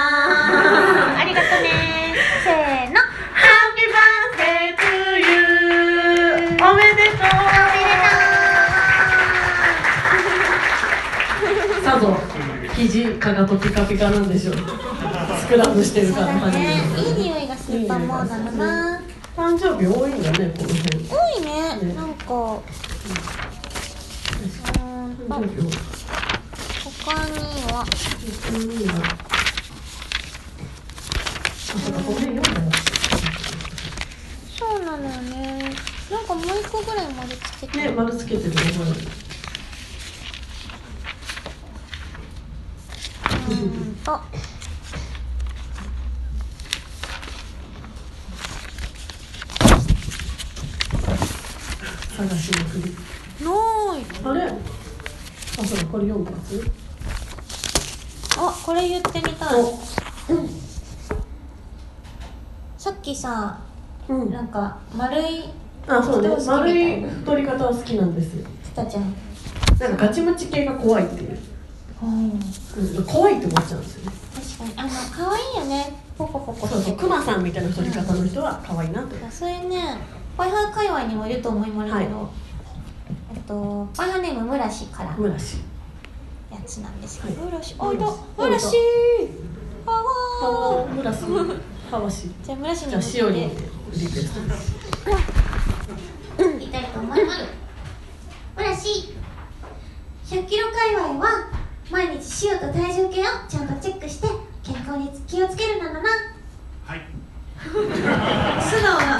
[SPEAKER 5] ありがとねせーの
[SPEAKER 1] ハッピーバースデー to you おめでとうさぞ肘かがとピカピカなんでしょうスクラムしてる
[SPEAKER 6] そう
[SPEAKER 1] から
[SPEAKER 6] だ
[SPEAKER 1] 感じ
[SPEAKER 6] ねいい匂いがすると思うなのな
[SPEAKER 1] 誕生日多いんだねこの辺
[SPEAKER 6] 多いねなんかうん
[SPEAKER 1] 誕生日多い
[SPEAKER 6] 他には
[SPEAKER 1] うんあそうかこの辺読んだよ
[SPEAKER 6] そうなのよねなんかもう一個ぐらいまでつけて
[SPEAKER 1] ね、丸つけてるの覚え
[SPEAKER 6] うーんと。
[SPEAKER 1] 探しにくり
[SPEAKER 6] のーい。
[SPEAKER 1] あれあ、そうだ、これ読んだやつ
[SPEAKER 6] あ、これ言ってみたい。さっきさ、
[SPEAKER 1] うん
[SPEAKER 6] なんか丸い
[SPEAKER 1] あ、そうね
[SPEAKER 6] 太りすぎ
[SPEAKER 1] 丸
[SPEAKER 6] み
[SPEAKER 1] い太り方は好きなんですよ
[SPEAKER 6] つたちゃん。
[SPEAKER 1] なんかガチムチ系が怖いっていう、
[SPEAKER 6] うん。
[SPEAKER 1] うん、怖いって思っちゃうんですよね
[SPEAKER 6] 確かにあの可愛いよね。ポコポコ
[SPEAKER 1] そう
[SPEAKER 6] して
[SPEAKER 1] そう、
[SPEAKER 6] て。
[SPEAKER 1] クマさんみたいな太り方の人は可愛いなと
[SPEAKER 6] そういうね、ワイハー界隈にもいると思いますけど、
[SPEAKER 1] は
[SPEAKER 6] えっとワイハーネーム村氏から
[SPEAKER 1] 村氏
[SPEAKER 6] やつなんですけ
[SPEAKER 1] は
[SPEAKER 6] ど。
[SPEAKER 1] い
[SPEAKER 6] 村氏、あいた
[SPEAKER 1] 村
[SPEAKER 6] 村
[SPEAKER 1] 氏。
[SPEAKER 6] 氏。かわいい。
[SPEAKER 1] 村氏ハワシ
[SPEAKER 6] じゃあ村氏に
[SPEAKER 1] じゃあ、しおりんでリクエストです
[SPEAKER 6] いたいと思います。ほらし、100キロ界隈は毎日塩と体重計をちゃんとチェックして健康に気をつけるなのな。
[SPEAKER 2] はい。
[SPEAKER 6] 素直な。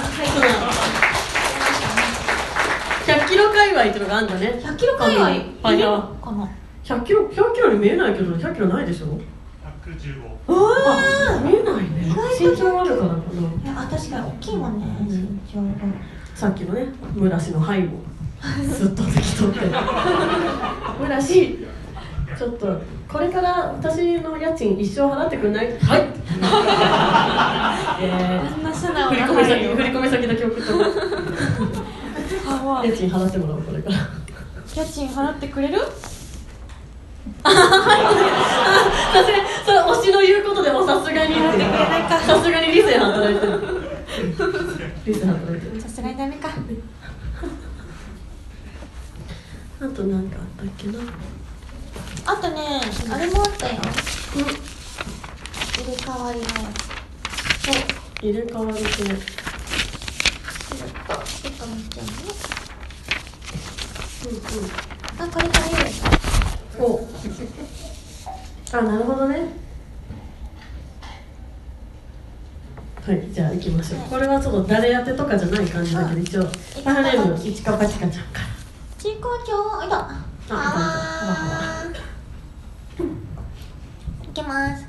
[SPEAKER 1] 100キロ界隈ってのがあんだね
[SPEAKER 6] 100キロ界隈い
[SPEAKER 1] はい
[SPEAKER 6] るのかな。
[SPEAKER 1] 100キロ100キロに見えないけど100キロないでしょ
[SPEAKER 2] 百十五。
[SPEAKER 1] あ見えないね
[SPEAKER 6] 意外と
[SPEAKER 1] 身長あるからかない
[SPEAKER 6] や、あ確かに大きいもんね。
[SPEAKER 1] うん
[SPEAKER 6] 身長が。
[SPEAKER 1] さっきのね村氏の背後ずっと適当って村氏ちょっとこれから私の家賃一生払ってくんないはいえ
[SPEAKER 6] あんな素直
[SPEAKER 1] ー振り込み先振り込み先だけ送っとこう
[SPEAKER 6] は
[SPEAKER 1] 家賃払ってもらおうこれから
[SPEAKER 6] 家賃払ってくれる？
[SPEAKER 1] さすがにそれ推しの言うことでもさすがに
[SPEAKER 6] やってくれないか
[SPEAKER 1] さすがに理性働いてる理性働いてる
[SPEAKER 6] さすがにダメか
[SPEAKER 1] あと何かあったっけな
[SPEAKER 6] あとねあれもあったよ入れ替わりのやつそう
[SPEAKER 1] 入れ替わり系
[SPEAKER 6] ちょっとちょっと待ってねあこれこれ
[SPEAKER 1] お *laughs* あなるほどねはいじゃあ行きましょうこれはちょっと誰当てとかじゃない感じだけど一応パラレルのいちかぱちかちゃんから
[SPEAKER 6] 人工鏡あいた
[SPEAKER 1] た
[SPEAKER 6] あわーいきます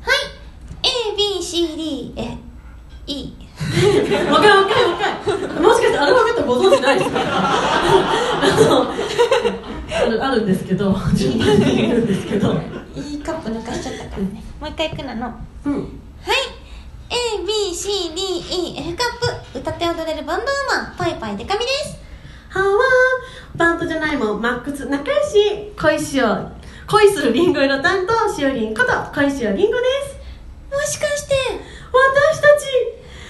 [SPEAKER 6] はい ABCDE
[SPEAKER 1] もう一回もう一回もう一回もしかしてアルファベットご存知ないですかあのあるあるんですけど順番に言うんですけど
[SPEAKER 6] E カップ抜かしちゃったからねもう一回いくなのは
[SPEAKER 1] うん
[SPEAKER 6] い ABCDEF カップ歌って踊れるバンドウーマンパイパイデカミです
[SPEAKER 1] はわバンドじゃないもんマックス仲良し恋しよう恋するリンゴ色担当しおりんこと恋しようりんごです
[SPEAKER 6] もしかして
[SPEAKER 1] 私たち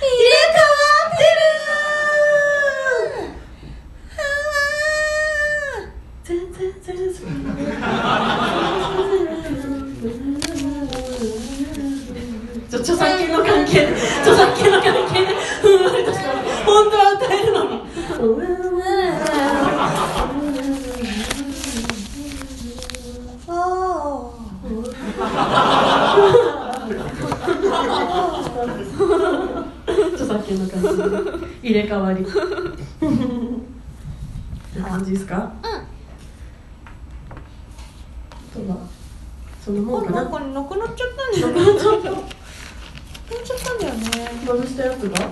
[SPEAKER 6] 入れ替わってるはわー
[SPEAKER 1] 全然全然すごいちょ著作権の関係で著作権の関係でふんわりとしてます本当は歌えるのに
[SPEAKER 6] お
[SPEAKER 1] 著作権の関係で入れ替わりって感じですかうんとはそのもんかな
[SPEAKER 6] なんかなくなっちゃったんだよね。
[SPEAKER 1] ちょっと
[SPEAKER 6] なくなっちゃったんだよね。
[SPEAKER 1] 丸したやつがあらあ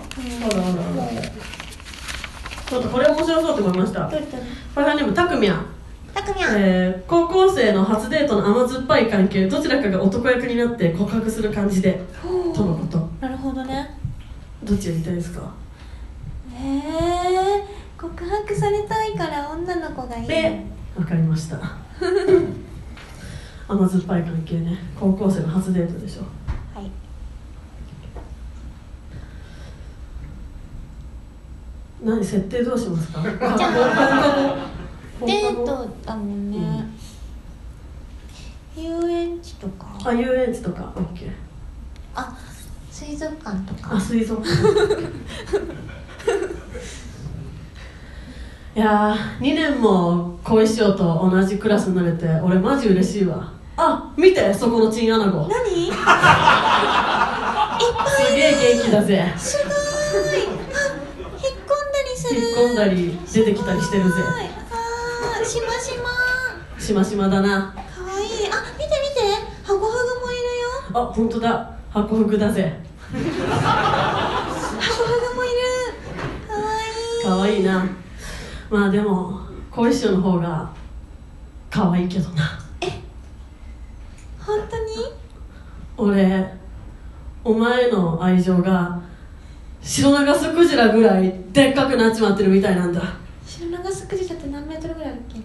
[SPEAKER 1] らあらちょっとこれ面白そうと思いました
[SPEAKER 6] どうやったの？
[SPEAKER 1] パラネームたくみゃん
[SPEAKER 6] たくみゃん。
[SPEAKER 1] えー高校生の初デートの甘酸っぱい関係どちらかが男役になって告白する感じでとのこと
[SPEAKER 6] なるほどね。
[SPEAKER 1] どっちやりたいですか
[SPEAKER 6] ええ告白されたいから女の子がいい。
[SPEAKER 1] でわかりました *laughs* 甘酸っぱい関係ね高校生の初デートでしょ
[SPEAKER 6] はい。
[SPEAKER 1] 何設定どうしますか放課後
[SPEAKER 6] ゃ
[SPEAKER 1] 放課後
[SPEAKER 6] デートだもんね。遊園地とか、
[SPEAKER 1] あ遊園地とか OK
[SPEAKER 6] あ、水族館とか。
[SPEAKER 1] あ水 *laughs* 族館いやー2年も小石うと同じクラスになれて俺マジ嬉しいわあ見てそこのチンアナゴ
[SPEAKER 6] 何？いっ
[SPEAKER 1] す
[SPEAKER 6] ぱいいる。
[SPEAKER 1] げえ元気だぜ
[SPEAKER 6] すごーい。あ、引っ込んだりする。
[SPEAKER 1] 引っ込んだり出てきたりしてるぜ
[SPEAKER 6] すごいあー、しましま。
[SPEAKER 1] しましまだな
[SPEAKER 6] かわいい。あ、見て見て。ハコフグもいるよ。
[SPEAKER 1] あ本当だハコフグだぜ
[SPEAKER 6] ハコフグもいる。かわいい。
[SPEAKER 1] 可愛いなまあでも小石うの方が可愛いけどな
[SPEAKER 6] 本当に？
[SPEAKER 1] 俺お前の愛情が白長スクジラぐらいでっかくなっちまってるみたいなんだ
[SPEAKER 6] 白長スクジラって何メートルぐらいあるっけね。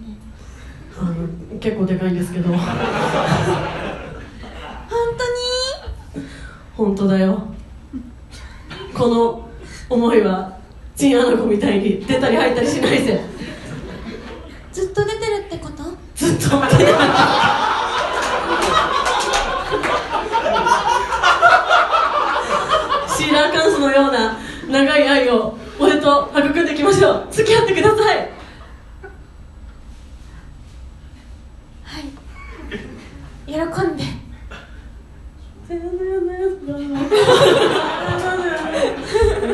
[SPEAKER 1] あの結構でかいんですけど
[SPEAKER 6] 本当に？
[SPEAKER 1] 本当だよこの思いはチンアナゴみたいに出たり入ったりしないぜ
[SPEAKER 6] ずっと出てるってこと？
[SPEAKER 1] ずっと見てたシーラーカンスのような長い愛を俺と育んでいきましょう付き合ってください
[SPEAKER 6] はい。喜んで。
[SPEAKER 1] *laughs*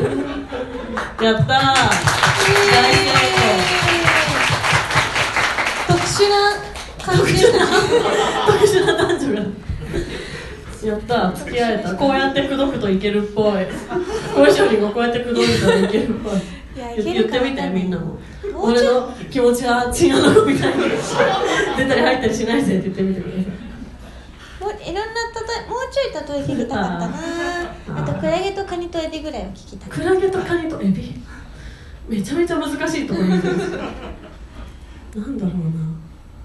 [SPEAKER 1] やったー大成
[SPEAKER 6] 特殊な感じ。
[SPEAKER 1] 功特殊な男女がやったー付き合えたこうやって口説くといけるっぽいこういう商品がこうやって口説いたらいけるっぽい
[SPEAKER 6] いや
[SPEAKER 1] 言
[SPEAKER 6] いける
[SPEAKER 1] 言っ
[SPEAKER 6] か
[SPEAKER 1] て
[SPEAKER 6] な
[SPEAKER 1] みてみんなも
[SPEAKER 6] もう
[SPEAKER 1] 俺
[SPEAKER 6] ちょい
[SPEAKER 1] の気持ちはチンアナゴみたいに出たり入ったりしないぜって言ってみてください
[SPEAKER 6] もういろんなたとえもうちょい例えてきたかったなあとクラゲとカニとエビぐらいを聞きたかっ
[SPEAKER 1] クラゲとカニとエビめちゃめちゃ難しいところにいるんですよなんだろうな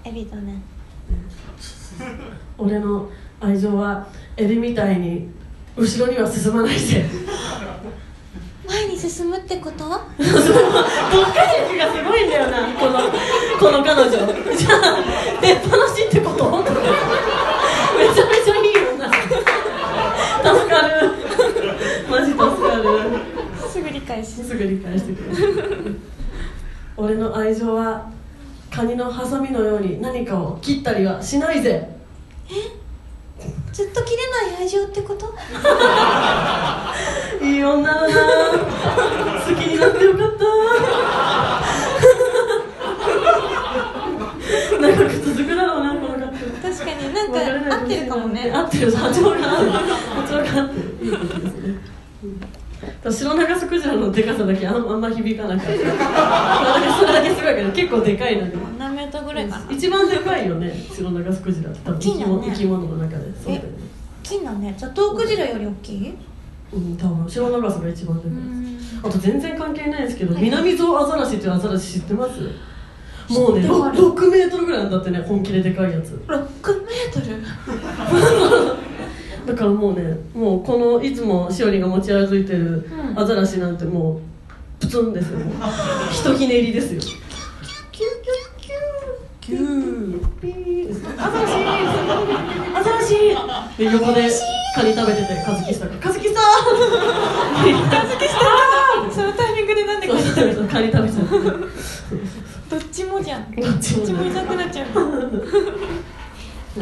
[SPEAKER 6] たエビとね
[SPEAKER 1] 俺の愛情はエビみたいに後ろには進まないぜ
[SPEAKER 6] 前に進むってこと
[SPEAKER 1] 特化力がすごいんだよなこのこの彼女じゃあ出っ放しってことめちゃめちゃいいよな助かるマジ助かる
[SPEAKER 6] すぐ理解し
[SPEAKER 1] すぐ理解してくれる俺の愛情はカニのハサミのように何かを切ったりはしないぜ
[SPEAKER 6] ずっと切れない愛情ってこと
[SPEAKER 1] いい女だな好きになってよかった長く続くだろうなこのカップル
[SPEAKER 6] 確かになん
[SPEAKER 1] 別れない
[SPEAKER 6] か合ってるかもね
[SPEAKER 1] 合ってる波長が合う波長が合ってるいいことですねうん白長スクジラのでかさだけあんあんま響かなかったなんかそれだけすごいけど結構でかいなでも
[SPEAKER 6] 何メートルぐらいかな
[SPEAKER 1] 一番でかいよね白長スクジラって多分
[SPEAKER 6] 大きいよね
[SPEAKER 1] 生き物の中でそうだよね
[SPEAKER 6] 金だねじゃあトークジラより大きい
[SPEAKER 1] うん多分白長さが一番でかいです
[SPEAKER 6] ん
[SPEAKER 1] あと全然関係ないですけど、
[SPEAKER 6] はい
[SPEAKER 1] ミナミゾウアザラシっていうアザラシ知ってますもうね
[SPEAKER 6] 知ってるある
[SPEAKER 1] 6メートルぐらいなんだってね本気ででかいやつ
[SPEAKER 6] 6メートル
[SPEAKER 1] だからもうねもうこのいつもしおりが持ち歩いてる
[SPEAKER 6] うん
[SPEAKER 1] アザラシなんてもうプツンですよもうひとひねりですよ
[SPEAKER 6] キュキュキュ
[SPEAKER 1] キューピーアザラシアザラシで横でカニ食べててカズキしたからカズキしたーカズキした
[SPEAKER 6] そのタイミングでなんでこれ
[SPEAKER 1] ーカニ食べちゃって
[SPEAKER 6] どっちもじゃんど
[SPEAKER 1] どっちも
[SPEAKER 6] っちもいなくなっちゃう
[SPEAKER 1] な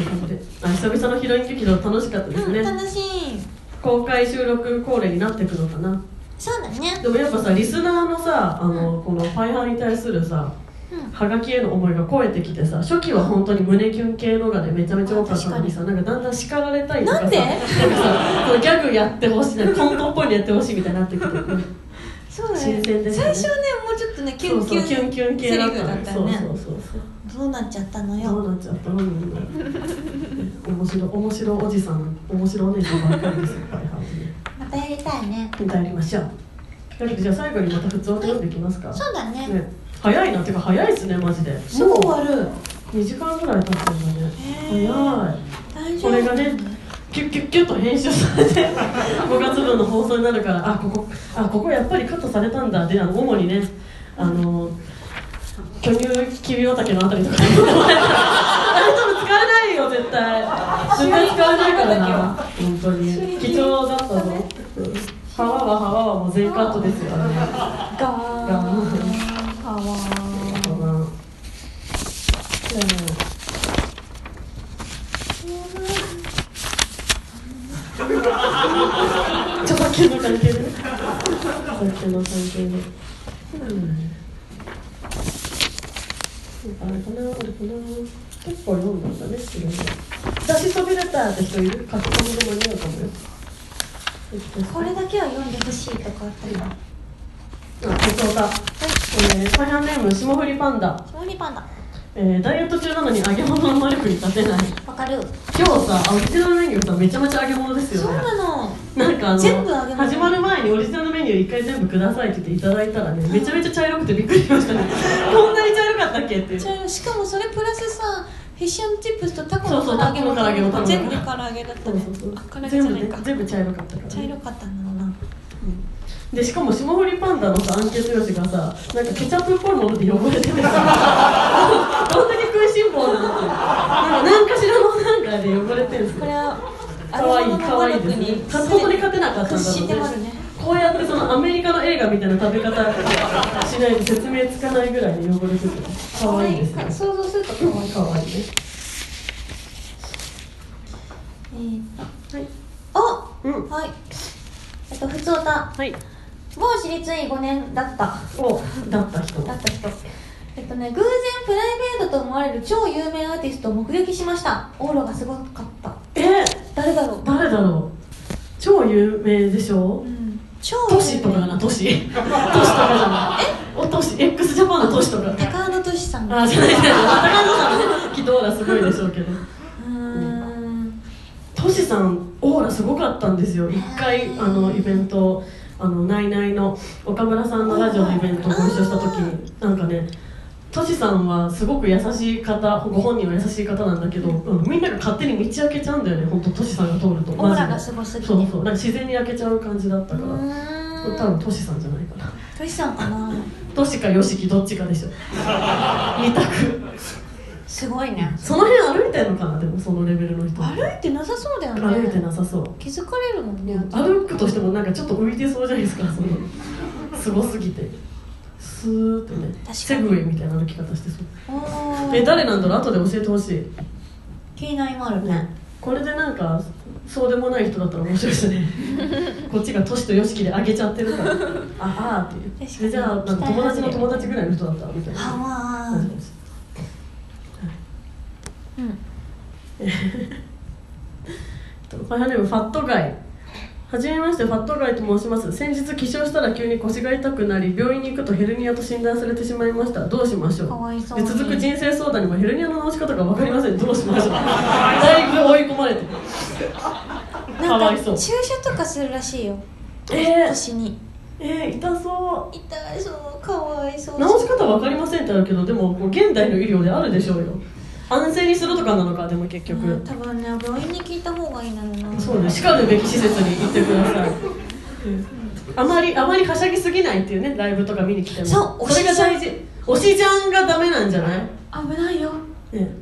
[SPEAKER 1] のであ久々のヒロイン劇場楽しかったです
[SPEAKER 6] うん
[SPEAKER 1] ね、
[SPEAKER 6] 楽しい
[SPEAKER 1] 公開収録恒例になってくのかな
[SPEAKER 6] そうだね
[SPEAKER 1] でもやっぱさリスナーのさあの、このファイハーに対するさ
[SPEAKER 6] うん
[SPEAKER 1] ハガキへの思いが超えてきてさ初期は本当に胸キュン系のがねめちゃめちゃ多かったのにさなんかだんだん叱られたいとかさ
[SPEAKER 6] なんで
[SPEAKER 1] かさこのギャグやってほしいなんかコントっぽいのやってほしいみたいになってきて
[SPEAKER 6] そうだ
[SPEAKER 1] 新
[SPEAKER 6] ね
[SPEAKER 1] 鮮です
[SPEAKER 6] 最
[SPEAKER 1] よね
[SPEAKER 6] 初ねもうちょっとねキ
[SPEAKER 1] そ
[SPEAKER 6] ュ
[SPEAKER 1] う
[SPEAKER 6] ン
[SPEAKER 1] そうキ
[SPEAKER 6] キ
[SPEAKER 1] ュンキュ
[SPEAKER 6] ュ
[SPEAKER 1] ン
[SPEAKER 6] ン
[SPEAKER 1] 系
[SPEAKER 6] セ
[SPEAKER 1] だ
[SPEAKER 6] リ
[SPEAKER 1] っ
[SPEAKER 6] フ
[SPEAKER 1] た
[SPEAKER 6] だ
[SPEAKER 1] の
[SPEAKER 6] った
[SPEAKER 1] そ
[SPEAKER 6] よ
[SPEAKER 1] う
[SPEAKER 6] ね
[SPEAKER 1] そうそうそう
[SPEAKER 6] どうなっちゃったの
[SPEAKER 1] ど
[SPEAKER 6] よ
[SPEAKER 1] うなっちゃったのみんな面白面白おじさん面白お姉さんばっかりですよファイハーはね
[SPEAKER 6] またやりたいね
[SPEAKER 1] 歌いましょう。とりあえずじゃあ最後にまた普通を読んでいきますか。
[SPEAKER 6] そうだね
[SPEAKER 1] ね、早いなっていうか早いですねマジで。もう
[SPEAKER 6] すぐ終わる
[SPEAKER 1] 2時間ぐらい経ってるんだね。
[SPEAKER 6] へー
[SPEAKER 1] 早い。
[SPEAKER 6] 大丈夫
[SPEAKER 1] これがねキュッキュッキュッと編集されて *laughs* 5月分の放送になるからあここあここやっぱりカットされたんだであの主にねあの巨乳キビオタケのあたりとかあれ多分使わないよ絶対絶対使わないからな本当に貴重だったぞうん歯ははははもう全カットですからね
[SPEAKER 6] ガー
[SPEAKER 1] ガー
[SPEAKER 6] パワー
[SPEAKER 1] かなじゃあ著作権の関係でね著作権の関係でうんあれかなあれかな結構読んだんだねいろいろ出しそびれたって人いる書き込みで間に合うかもよ
[SPEAKER 6] これだけは読んでほしいとかあったら
[SPEAKER 1] あ、手相だ。はい、えー、大半ネーム霜降りパンダ、
[SPEAKER 6] ソーリーパンダ
[SPEAKER 1] えー、ダイエット中なのに揚げ物の魔力に立てない
[SPEAKER 6] わかる
[SPEAKER 1] 今日さオリジナルメニューさめちゃめちゃ揚げ物ですよね
[SPEAKER 6] そうなの
[SPEAKER 1] なんかあの
[SPEAKER 6] 全部あげます
[SPEAKER 1] 始まる前にオリジナルメニュー一回全部くださいって言っていただいたらねめちゃめちゃ茶色くてびっくりしま
[SPEAKER 6] *laughs*
[SPEAKER 1] したねこんなに茶色かったっけっていう
[SPEAKER 6] じゃあしかもそれプラスさフィッシュチップスとタコの
[SPEAKER 1] そうそう
[SPEAKER 6] 唐揚げも
[SPEAKER 1] タコの唐揚げも
[SPEAKER 6] 全部唐揚げだった
[SPEAKER 1] そう
[SPEAKER 6] ね
[SPEAKER 1] そうそう
[SPEAKER 6] あ唐揚げじゃ
[SPEAKER 1] 全部
[SPEAKER 6] な
[SPEAKER 1] ね
[SPEAKER 6] いか
[SPEAKER 1] 全部茶色かったから、ね、
[SPEAKER 6] 茶色かったんだろうな
[SPEAKER 1] でしかも霜降りパンダのさアンケート用紙がさなんかケチャップっぽいもので汚れて
[SPEAKER 6] *laughs*
[SPEAKER 1] るさどんだけ食いしん坊なのってなんか何かしらのなんかで汚れてるんです
[SPEAKER 6] こ
[SPEAKER 1] よ
[SPEAKER 6] れは
[SPEAKER 1] かわいいかわいいですね
[SPEAKER 6] に
[SPEAKER 1] ここに勝てなかったん
[SPEAKER 6] 屈して
[SPEAKER 1] だろ
[SPEAKER 6] ま
[SPEAKER 1] う
[SPEAKER 6] るね
[SPEAKER 1] こうやってそのアメリカの映画みたいな食べ方しないと説明つかないぐらい汚れててかわいいですね
[SPEAKER 6] 想像すると可愛い
[SPEAKER 1] かわいいね
[SPEAKER 6] えー
[SPEAKER 1] はい
[SPEAKER 6] あ
[SPEAKER 1] うん
[SPEAKER 6] はいえっと普通歌
[SPEAKER 1] はい
[SPEAKER 6] 某私立院5年だった
[SPEAKER 1] おだった人
[SPEAKER 6] だった人えっとね偶然プライベートと思われる超有名アーティストを目撃しましたオーラがすごかった
[SPEAKER 1] え
[SPEAKER 6] 誰だろう、
[SPEAKER 1] 誰だろう超有名でしょ
[SPEAKER 6] うん、超
[SPEAKER 1] 都市とかかな都市都市とかじゃないお都市 x ジャパンの都市とか
[SPEAKER 6] 高野俊さんう
[SPEAKER 1] あじゃないじゃない高野さんねきっとオーラすごいでしょうけど
[SPEAKER 6] ーん
[SPEAKER 1] トシさんオーラすごかったんですよ一回あのイベントあのナイナイの岡村さんのラジオのイベントご一緒した時になんかねトシさんはすごく優しい方ご本人は優しい方なんだけど、うんみんなが勝手に道開けちゃうんだよね本当トシさんが通ると
[SPEAKER 6] オーラが
[SPEAKER 1] マジ
[SPEAKER 6] すごす
[SPEAKER 1] で
[SPEAKER 6] ぎて
[SPEAKER 1] そうそうなんか自然に開けちゃう感じだった
[SPEAKER 6] う
[SPEAKER 1] から、
[SPEAKER 6] ーん
[SPEAKER 1] 多分トシさんじゃないかな
[SPEAKER 6] トシさんかな
[SPEAKER 1] トシかヨシキどっちかでしょ二択
[SPEAKER 6] すごいね
[SPEAKER 1] その辺歩いてんのかなでもそのレベルの人
[SPEAKER 6] 歩いてなさそうだよね
[SPEAKER 1] 歩いてなさそう
[SPEAKER 6] 気づかれるもんね
[SPEAKER 1] 歩くとしてもなんかちょっと浮いてそうじゃないですかそのすごすぎてスーッとね
[SPEAKER 6] 確かに
[SPEAKER 1] セグウェイみたいな歩き方してそう
[SPEAKER 6] おー
[SPEAKER 1] え誰なんだろう後で教えてほしい
[SPEAKER 6] 気になりもあるね
[SPEAKER 1] これでなんかそうでもない人だったら面白いで
[SPEAKER 6] *laughs*
[SPEAKER 1] すねこっちがトシとヨシキであげちゃってるからああーっていう
[SPEAKER 6] 確かに
[SPEAKER 1] でじゃあなんか友達の友達ぐらいの人だったらみたいな
[SPEAKER 6] あま
[SPEAKER 1] 感じか
[SPEAKER 6] あ
[SPEAKER 1] もしれない *laughs*
[SPEAKER 5] うん
[SPEAKER 1] えっとファイハーネームファットガイはじめましてファットガイと申します先日起床したら急に腰が痛くなり病院に行くとヘルニアと診断されてしまいましたどうしましょう
[SPEAKER 6] かわいそう
[SPEAKER 1] で
[SPEAKER 6] に
[SPEAKER 1] 続く人生相談にもヘルニアの治し方が分かりま
[SPEAKER 6] *laughs*
[SPEAKER 1] せんどうしましょうだいぶ追い込まれてか
[SPEAKER 6] な
[SPEAKER 1] わ
[SPEAKER 6] ん
[SPEAKER 1] い
[SPEAKER 6] か
[SPEAKER 1] そう
[SPEAKER 6] 注射とかするらしいよ
[SPEAKER 1] えー、
[SPEAKER 6] 腰に
[SPEAKER 1] えー、痛そう
[SPEAKER 6] 痛いそうかわいそう
[SPEAKER 1] 直し方わかりませんってあるけどでもこう現代の医療であるでしょうよ安静にするとかなのかでも結局、
[SPEAKER 6] うん多分ね病院に聞いた方がいいんだろうな
[SPEAKER 1] そうねしかるべき施設に行ってください、うんあまりあまりはしゃぎすぎないっていうねライブとか見に来ても
[SPEAKER 6] そう
[SPEAKER 1] れが大事推しジャンがダメなんじゃない、ね、
[SPEAKER 6] 危ないよ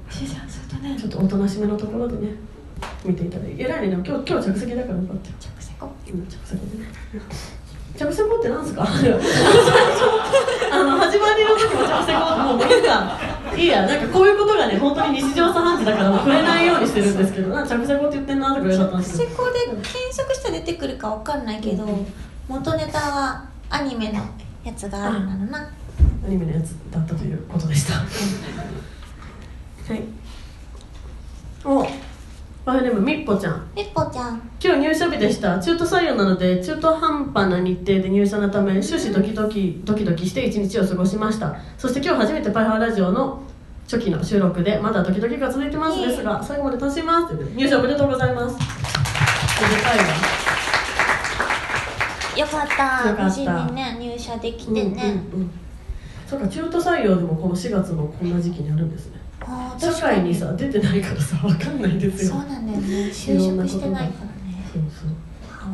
[SPEAKER 6] しーちゃんするとね
[SPEAKER 1] ちょっとおとなしめのところでね見ていただいて偉いねでも今日今日着席だからよかったよ
[SPEAKER 6] 着席こ
[SPEAKER 1] うん着席ね着席ってなんですか *laughs* 最初あの始まりの時も着席もうもういいかいいやなんかこういうことがね本当に日常茶飯事だからもう触れないようにしてるんですけどなんか着席って言ってんなとか言われちゃったん
[SPEAKER 6] 着
[SPEAKER 1] ですけ
[SPEAKER 6] 席
[SPEAKER 1] ど
[SPEAKER 6] こで検索したら出てくるかわかんないけど元ネタはアニメのやつがあるんだろうな
[SPEAKER 1] アニメのやつだったということでしたはいおバイネームみっぽちゃん
[SPEAKER 6] りっぽちゃん
[SPEAKER 1] 今日入社日でした中途採用なので中途半端な日程で入社のため終始ドキドキドキドキして一日を過ごしましたそして今日初めてパイハーラジオの初期の収録でまだドキドキが続いてますですが最後まで楽しみますということで入社おめでとうございますおめでたいわ
[SPEAKER 6] よかった
[SPEAKER 1] よかった
[SPEAKER 6] 無事にね入社できてね、
[SPEAKER 1] うんうんうんそうか中途採用でもこの4月のこんな時期にあるんですね
[SPEAKER 6] あー
[SPEAKER 1] 社
[SPEAKER 6] 確か
[SPEAKER 1] 会にさ出てないからさ分かんないです
[SPEAKER 6] そう
[SPEAKER 1] よ
[SPEAKER 6] なんだよね就職してないから
[SPEAKER 1] そうそう
[SPEAKER 6] ね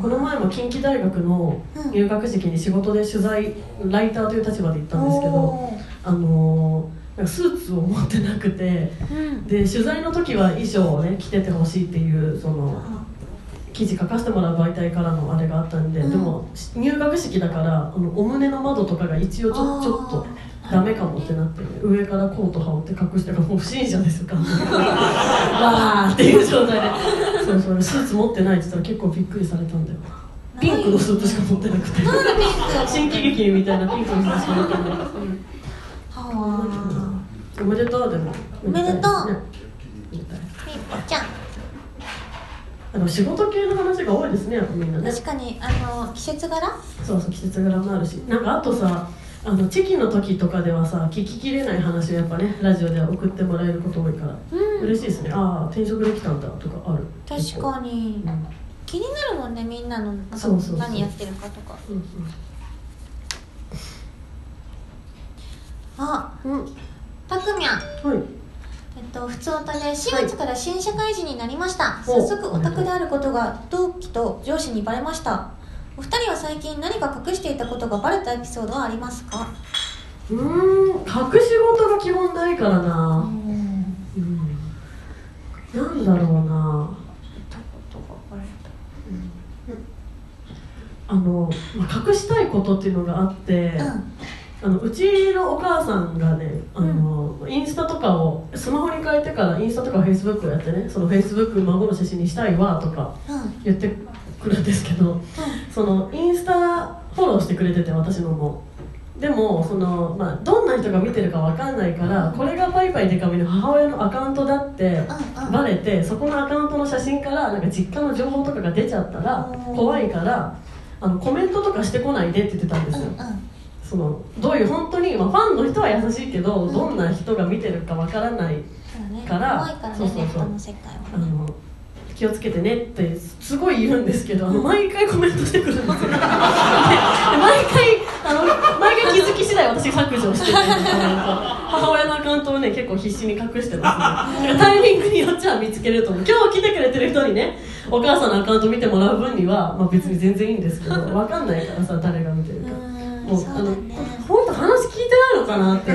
[SPEAKER 1] この前も近畿大学の入学式に仕事で取材ライターという立場で行ったんですけど
[SPEAKER 6] おー
[SPEAKER 1] あのーなんかスーツを持ってなくて
[SPEAKER 5] うん
[SPEAKER 1] で取材の時は衣装をね着ててほしいっていうその記事書かせてもらう媒体からのあれがあったんで、
[SPEAKER 6] うん
[SPEAKER 1] でもし入学式だからあのお胸の窓とかが一応ち
[SPEAKER 6] あ
[SPEAKER 1] ょ
[SPEAKER 6] ー
[SPEAKER 1] ちょっとダメかもってなって、上からコート羽織って隠してからもう不審者ですよ完全にわーっていう状態でそうそうスーツ持ってないって言ったら結構びっくりされたんだよピンクのスーツしか持ってなくて
[SPEAKER 6] なんでピンク
[SPEAKER 1] 新喜劇みたいなピンクのスーツしか持ってない
[SPEAKER 6] は
[SPEAKER 1] おめでとうでも
[SPEAKER 6] おめでとう
[SPEAKER 1] ねおめでたい
[SPEAKER 6] あみっぽちゃん
[SPEAKER 1] あの仕事系の話が多いですねみんなね
[SPEAKER 6] 確かにあの季節柄
[SPEAKER 1] そうそう季節柄もあるしなんかあとさあのチェキの時とかではさ聞ききれない話をやっぱねラジオでは送ってもらえること多いから、嬉しいですねああ転職できたんだとかある
[SPEAKER 6] 確
[SPEAKER 1] に
[SPEAKER 6] かに
[SPEAKER 1] うん
[SPEAKER 6] 気になるもんねみんなのなんか
[SPEAKER 1] そうそうそう
[SPEAKER 6] 何やってるかとかあ
[SPEAKER 1] うんうんうん
[SPEAKER 6] たくみゃん
[SPEAKER 1] はい
[SPEAKER 6] えっと、普通おたで4月から新社会人になりました、
[SPEAKER 1] お
[SPEAKER 6] 早速オタクであることが同期と上司にバレましたお二人は最近何か隠していたことがバレたエピソードはありますか
[SPEAKER 1] うーん隠し事が基本ないからなうんなんだろうなあの、まあ、隠したいことっていうのがあって、
[SPEAKER 6] う
[SPEAKER 1] あのうちのお母さんがねあの、インスタとかをスマホに変えてからインスタとかフェイスブックをやってねそのフェイスブック孫の写真にしたいわとか
[SPEAKER 6] んうん
[SPEAKER 1] 言ってくるんですけどそのインスタフォローしてくれてて私のもでもその、まあ、どんな人が見てるかわかんないからこれがパイパイデカミの母親のアカウントだって
[SPEAKER 6] うんうん
[SPEAKER 1] バレてそこのアカウントの写真からなんか実家の情報とかが出ちゃったら
[SPEAKER 6] うん
[SPEAKER 1] 怖いからあのコメントとかしてこないでって言ってたんですよ、
[SPEAKER 6] う
[SPEAKER 1] そのどういう本当に、まあ、ファンの人は優しいけど、どんな人が見てるかわからない
[SPEAKER 6] んうん
[SPEAKER 1] から
[SPEAKER 6] 怖いからね
[SPEAKER 1] そうそうそう
[SPEAKER 6] ネットの世界は
[SPEAKER 1] あの気をつけてねってすごい言うんですけどあの毎回コメントしてくるんですよでで毎回あの毎回気づき次第私削除してるんですよコメント母親のアカウントをね結構必死に隠してますねタイミングによっちゃ見つけると思う今日来てくれてる人にねお母さんのアカウント見てもらう分には、まあ、別に全然いいんですけど分かんないからさ誰が見てるか
[SPEAKER 6] う
[SPEAKER 1] も
[SPEAKER 6] ん
[SPEAKER 1] う
[SPEAKER 6] そう
[SPEAKER 1] あ
[SPEAKER 6] だ
[SPEAKER 1] の
[SPEAKER 6] ね
[SPEAKER 1] 本当話聞いてないのかなって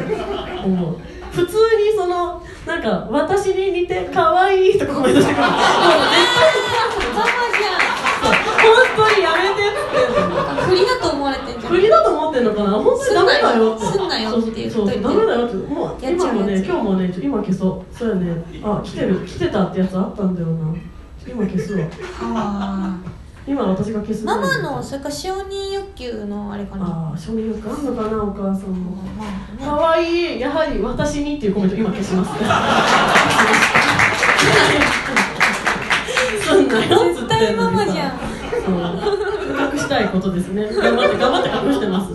[SPEAKER 1] 思う普通にそのなんか私に似て可愛いとかコメントしてくるもう
[SPEAKER 6] パパじ
[SPEAKER 1] 本当にやめてって言ってんの
[SPEAKER 6] ゃん振りだと思われてんじゃん
[SPEAKER 1] 振りだと思ってんのかな本当にダメだよって
[SPEAKER 6] すんなよすんなよって言っ
[SPEAKER 1] そ
[SPEAKER 6] と
[SPEAKER 1] う
[SPEAKER 6] い
[SPEAKER 1] そ
[SPEAKER 6] て
[SPEAKER 1] うダメだよってもう
[SPEAKER 6] やっちゃ
[SPEAKER 1] 今
[SPEAKER 6] う
[SPEAKER 1] もね
[SPEAKER 6] やつ
[SPEAKER 1] 今日もね今消そうそうやねあ来てる来てたってやつあったんだよな今消すわ
[SPEAKER 6] あ
[SPEAKER 1] 今私が消す
[SPEAKER 6] ーママのそれから承認欲求のあれかな
[SPEAKER 1] ああ承認欲あんのかなお母さんも
[SPEAKER 6] まあね
[SPEAKER 1] 可愛いやはり私にっていうコメント今消します *laughs* そんなよっつって
[SPEAKER 6] 絶対
[SPEAKER 1] んのにさ
[SPEAKER 6] ママじゃん
[SPEAKER 1] そう隠したいことですね頑張って頑張って隠してます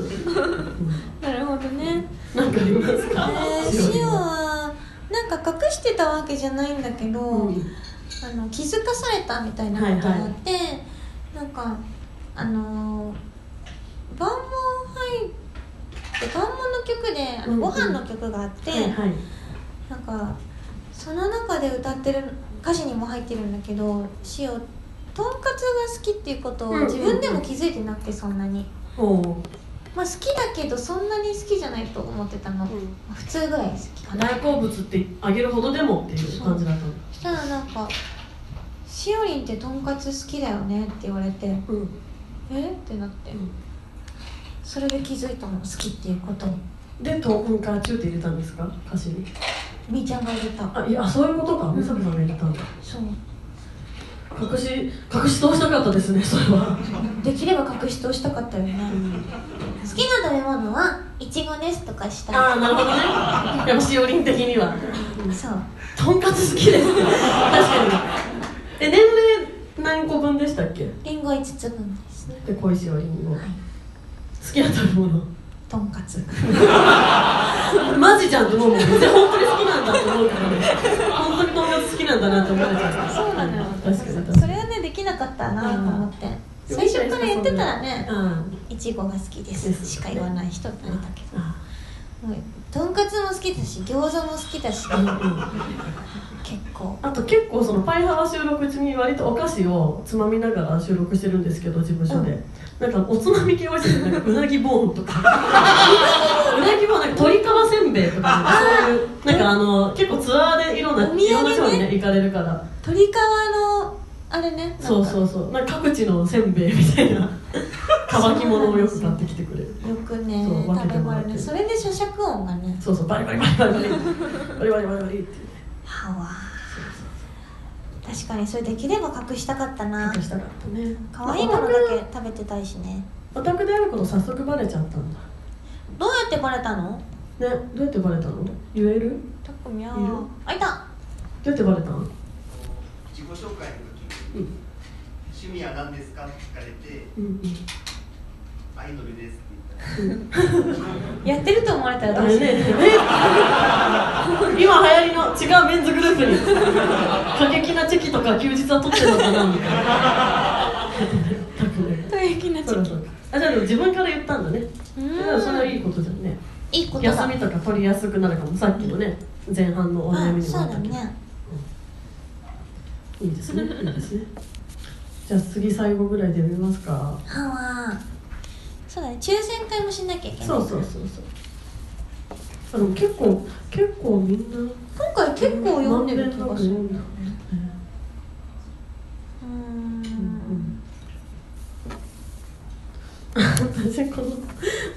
[SPEAKER 6] なるほどね
[SPEAKER 1] なんかありますか
[SPEAKER 6] えーシオはなんか隠してたわけじゃないんだけど、
[SPEAKER 1] うん
[SPEAKER 6] あの気づかされたみたいなことがあって、なんかあのー万能入って万能の曲であ
[SPEAKER 1] う
[SPEAKER 6] の
[SPEAKER 1] ん
[SPEAKER 6] ご飯の曲があって、
[SPEAKER 1] はいはい
[SPEAKER 6] なんかその中で歌ってる歌詞にも入ってるんだけどシオとんかつが好きっていうことを
[SPEAKER 1] うん
[SPEAKER 6] 自分でも気づいてなくてそんなに、
[SPEAKER 1] おう
[SPEAKER 6] まあ、好きだけどそんなに好きじゃないと思ってたの、普通ぐらい好きかな
[SPEAKER 1] 大好物ってあげるほどでもっていう感じだったんだ
[SPEAKER 6] そしたらなんか「しおりんってとんかつ好きだよね」って言われて
[SPEAKER 1] うん
[SPEAKER 6] 「えっ?」てなって、
[SPEAKER 1] うん
[SPEAKER 6] それで気づいたの好きっていうことに
[SPEAKER 1] で「とんかちゅ」って入れたんですか歌詞に
[SPEAKER 6] みーちゃんが入れた
[SPEAKER 1] あいやそういうことか美咲さんが入れたんだ
[SPEAKER 6] そう
[SPEAKER 1] 隠し隠し通したかったですねそれは
[SPEAKER 6] できれば隠し通したかったよね、好きな食べ物はいちごですとかした
[SPEAKER 1] ああなるほどねやっぱしおりん的には
[SPEAKER 6] そう
[SPEAKER 1] とんかつ好きですね確かにえ年齢何個分でしたっけ
[SPEAKER 6] りんご5つ分ですね
[SPEAKER 1] で恋しおりんご好きな食べ物
[SPEAKER 6] とんかつ
[SPEAKER 1] マジじゃんって思うもん本当に好きなんだって思うからね本当にとんかつ好きなんだなって思われちゃう
[SPEAKER 6] そうなのよ
[SPEAKER 1] 確かに確かに
[SPEAKER 6] それはねできなかったなと思って最初から言ってたらね
[SPEAKER 1] うん
[SPEAKER 6] いちごが好きで
[SPEAKER 1] です
[SPEAKER 6] すしか言わない人になれたけ
[SPEAKER 1] あ
[SPEAKER 6] どもうとんかつも好きだし餃子も好きだし結構
[SPEAKER 1] あと結構そのパイハワ収録中に割とお菓子をつまみながら収録してるんですけど事務所で、なんかおつまみ系美味しいですなんかうなぎボーンとかうなぎボーンなんか鶏皮せんべいとかそういうなんかあの結構ツアーでいろん
[SPEAKER 6] お
[SPEAKER 1] な、
[SPEAKER 6] 土産ね
[SPEAKER 1] いろんな地方にね行かれるから
[SPEAKER 6] 鶏皮のあれねなんか
[SPEAKER 1] そうそうそうなんか各地のせんべいみたいな乾き物をよく買ってきてくれる
[SPEAKER 6] よくね
[SPEAKER 1] そう分
[SPEAKER 6] 食
[SPEAKER 1] け
[SPEAKER 6] べ
[SPEAKER 1] てもら
[SPEAKER 6] 物
[SPEAKER 1] って
[SPEAKER 6] ねそれで咀嚼音がね
[SPEAKER 1] そうそうバリバリバリバリバリバリバリバリバリって
[SPEAKER 6] はわ確かにそれできれば隠したかったな
[SPEAKER 1] 隠したかったね
[SPEAKER 6] 可愛いものだけ食べてたいしね
[SPEAKER 1] オタクであること早速バレちゃったんだ
[SPEAKER 6] どうやってバレたの
[SPEAKER 1] ねどうやってバレたの言える
[SPEAKER 6] たくみゃ
[SPEAKER 1] いる
[SPEAKER 6] ーあいた
[SPEAKER 1] どうやってバレたの
[SPEAKER 7] 自己紹介の時
[SPEAKER 1] うん
[SPEAKER 7] に「趣味は何ですか?」って聞かれて
[SPEAKER 1] うんうん
[SPEAKER 7] 「アイドルです」って言ったら
[SPEAKER 6] やってると思われたら
[SPEAKER 1] あ
[SPEAKER 6] どう
[SPEAKER 1] れ
[SPEAKER 6] し
[SPEAKER 1] ね *laughs*
[SPEAKER 6] よう
[SPEAKER 1] え今流行りの違うメンズグループに過激なチェキとか休日は取ってるのかなみたいな
[SPEAKER 6] *laughs* という気な
[SPEAKER 1] *laughs* そ
[SPEAKER 6] 時
[SPEAKER 1] うそうあじゃあでも自分から言ったんだねだからそれはいいことじゃんね
[SPEAKER 6] いいことだ
[SPEAKER 1] 休みとか取りやすくなるかもさっきのね前半のお悩み
[SPEAKER 6] あ
[SPEAKER 1] にも
[SPEAKER 6] そ
[SPEAKER 1] あ
[SPEAKER 6] う
[SPEAKER 1] っ
[SPEAKER 6] だ
[SPEAKER 1] たけど、
[SPEAKER 6] ね
[SPEAKER 1] いいですねいいですねじゃあ次最後ぐらいで見ますか
[SPEAKER 6] はわそうだね抽選会もしなきゃいけない
[SPEAKER 1] そうそうそうそうあの結構結構みんな
[SPEAKER 6] 今回結構読んでる気がする
[SPEAKER 1] まんべんなく読んだ
[SPEAKER 6] うーん
[SPEAKER 1] 私この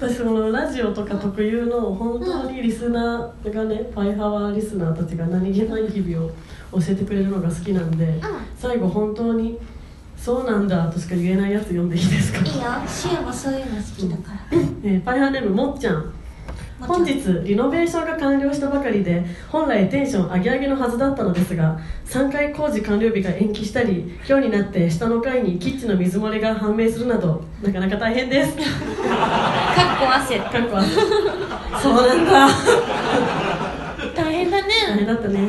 [SPEAKER 1] 私このラジオとか特有の本当にリスナーがねパイハワーリスナーたちが何気ない日々を教えてくれるのが好きなんで最後本当に「そうなんだ」としか言えないやつ読んでいいですか
[SPEAKER 6] いいよシエもそういうの好きだから
[SPEAKER 1] えーパイハーネームもっちゃん本日リノベーションが完了したばかりで本来テンション上げ上げのはずだったのですが3回工事完了日が延期したり今日になって下の階にキッチンの水漏れが判明するなどなかなか大変です
[SPEAKER 6] かっこ汗
[SPEAKER 1] かっこ悪いそうなんだ
[SPEAKER 6] 大変だ
[SPEAKER 1] 大変
[SPEAKER 6] ね
[SPEAKER 1] だったね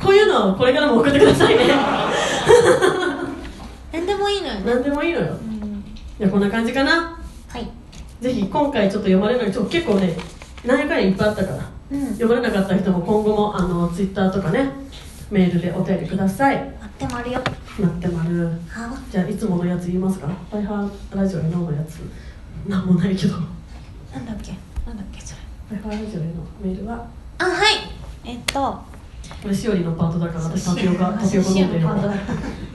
[SPEAKER 1] こういうのをこれからも送ってくださいね
[SPEAKER 6] 何でもいいのよね
[SPEAKER 1] 何でもいいの
[SPEAKER 6] う
[SPEAKER 1] よ
[SPEAKER 6] ん
[SPEAKER 1] いやこんな感じかな
[SPEAKER 6] はい
[SPEAKER 1] ぜひ今回ちょっと読まれないちょ結構ねなんやかんやいっぱいあったから、
[SPEAKER 6] うん
[SPEAKER 1] 呼ばれなかった人も今後もあのツイッターとかねメールでお便りください
[SPEAKER 6] 待ってもあるよ
[SPEAKER 1] なってまる
[SPEAKER 6] は
[SPEAKER 1] じゃあいつものやつ言いますか「バイハーラジオへの」のやつなんもないけど
[SPEAKER 6] なんだっけなんだっけそれ
[SPEAKER 1] バイハーラジオへのメールは
[SPEAKER 6] あはいえっと
[SPEAKER 1] これしおりのパートだから私タピオカタピオカ
[SPEAKER 6] シ
[SPEAKER 1] 飲
[SPEAKER 6] オ
[SPEAKER 1] んで
[SPEAKER 6] *laughs*
[SPEAKER 1] る
[SPEAKER 6] パートだ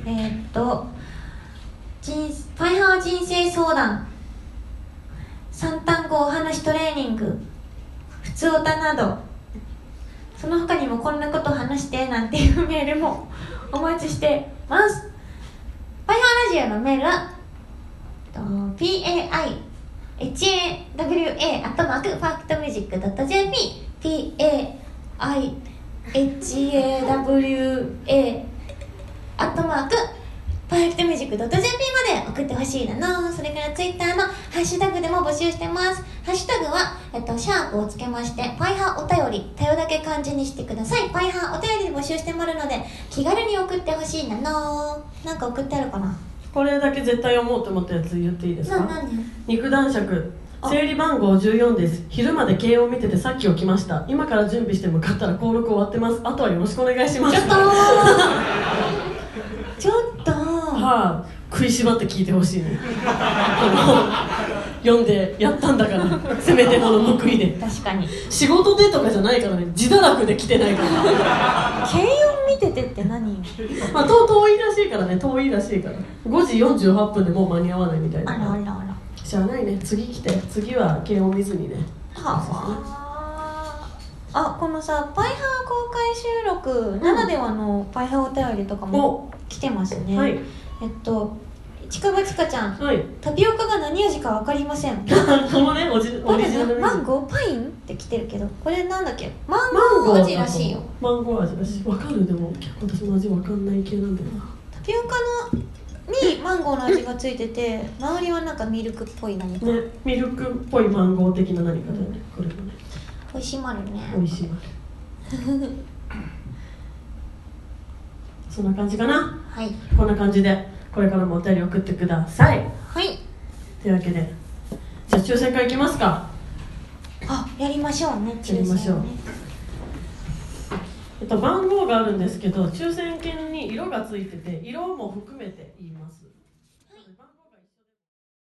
[SPEAKER 6] えーっと人ファイハー人生相談三単語お話トレーニング普通歌などその他にもこんなこと話してなんていうメールもお待ちしてますファイハーラジオのメールはと PAIHAWA アットマークファクトミュージック .jp PAIHAWA アットマークパーフェクトミュージック .jp まで送ってほしいなのそれからツイッターのハッシュタグでも募集してますハッシュタグは、えっと、シャープをつけましてパイハーお便り頼だけ漢字にしてくださいパイハーお便りで募集してもらうので気軽に送ってほしいなのなんか送ってあるかな
[SPEAKER 1] これだけ絶対読もうと思ったやつ言っていいです
[SPEAKER 6] な
[SPEAKER 1] か *laughs*
[SPEAKER 6] 何
[SPEAKER 1] 肉男爵
[SPEAKER 6] あ
[SPEAKER 1] 整理番号14です昼まで慶応見ててさっき起きました今から準備して向かったら登録終わってますあとはよろしくお願いします
[SPEAKER 6] ちょっと
[SPEAKER 1] は
[SPEAKER 6] ちょっと
[SPEAKER 1] あ食いしばって聞いてほしいねあの読んでやったんだからせめてもの報いで
[SPEAKER 6] 確かに
[SPEAKER 1] 仕事でとかじゃないからね自堕落で来てないから
[SPEAKER 6] 軽音見ててって何
[SPEAKER 1] まあ遠遠いらしいからね遠いらしいから5時48分でもう間に合わないみたい
[SPEAKER 6] あらあら
[SPEAKER 1] な
[SPEAKER 6] あら
[SPEAKER 1] しゃあないね次来て次は慶応見ずにね
[SPEAKER 6] はああこのさ「パイハー公開収録」ならではの「パイハーお便り」とかも来てますね、
[SPEAKER 1] はい
[SPEAKER 6] えっと近場ちかちゃん
[SPEAKER 1] はい
[SPEAKER 6] タピオカが何味か分かりません
[SPEAKER 1] *laughs* このねオジオ
[SPEAKER 6] こ
[SPEAKER 1] リ
[SPEAKER 6] れ
[SPEAKER 1] ジナル
[SPEAKER 6] マンゴーパインって来てるけどこれなんだっけマン
[SPEAKER 1] マン
[SPEAKER 6] ゴ
[SPEAKER 1] ゴ
[SPEAKER 6] ー
[SPEAKER 1] ー
[SPEAKER 6] 味らしいよ
[SPEAKER 1] マンゴー味だしわかるでも私も味わかんない系なんだよな
[SPEAKER 6] タピオカのにマンゴーの味がついてて周りはなんかミルクっぽい何か
[SPEAKER 1] ねミルクっぽいマンゴー的な何かだよねこれもね
[SPEAKER 6] 美味しいまるね
[SPEAKER 1] 美味しいわ *laughs* そんな感じかな
[SPEAKER 6] はい
[SPEAKER 1] こんな感じでこれからもお便り送ってください
[SPEAKER 6] はい
[SPEAKER 1] というわけでじゃあ抽選会いきますか
[SPEAKER 6] あやりましょうね
[SPEAKER 1] やりましょう
[SPEAKER 6] 抽選ね
[SPEAKER 1] えっと、番号があるんですけど抽選券に色がついてて色も含めて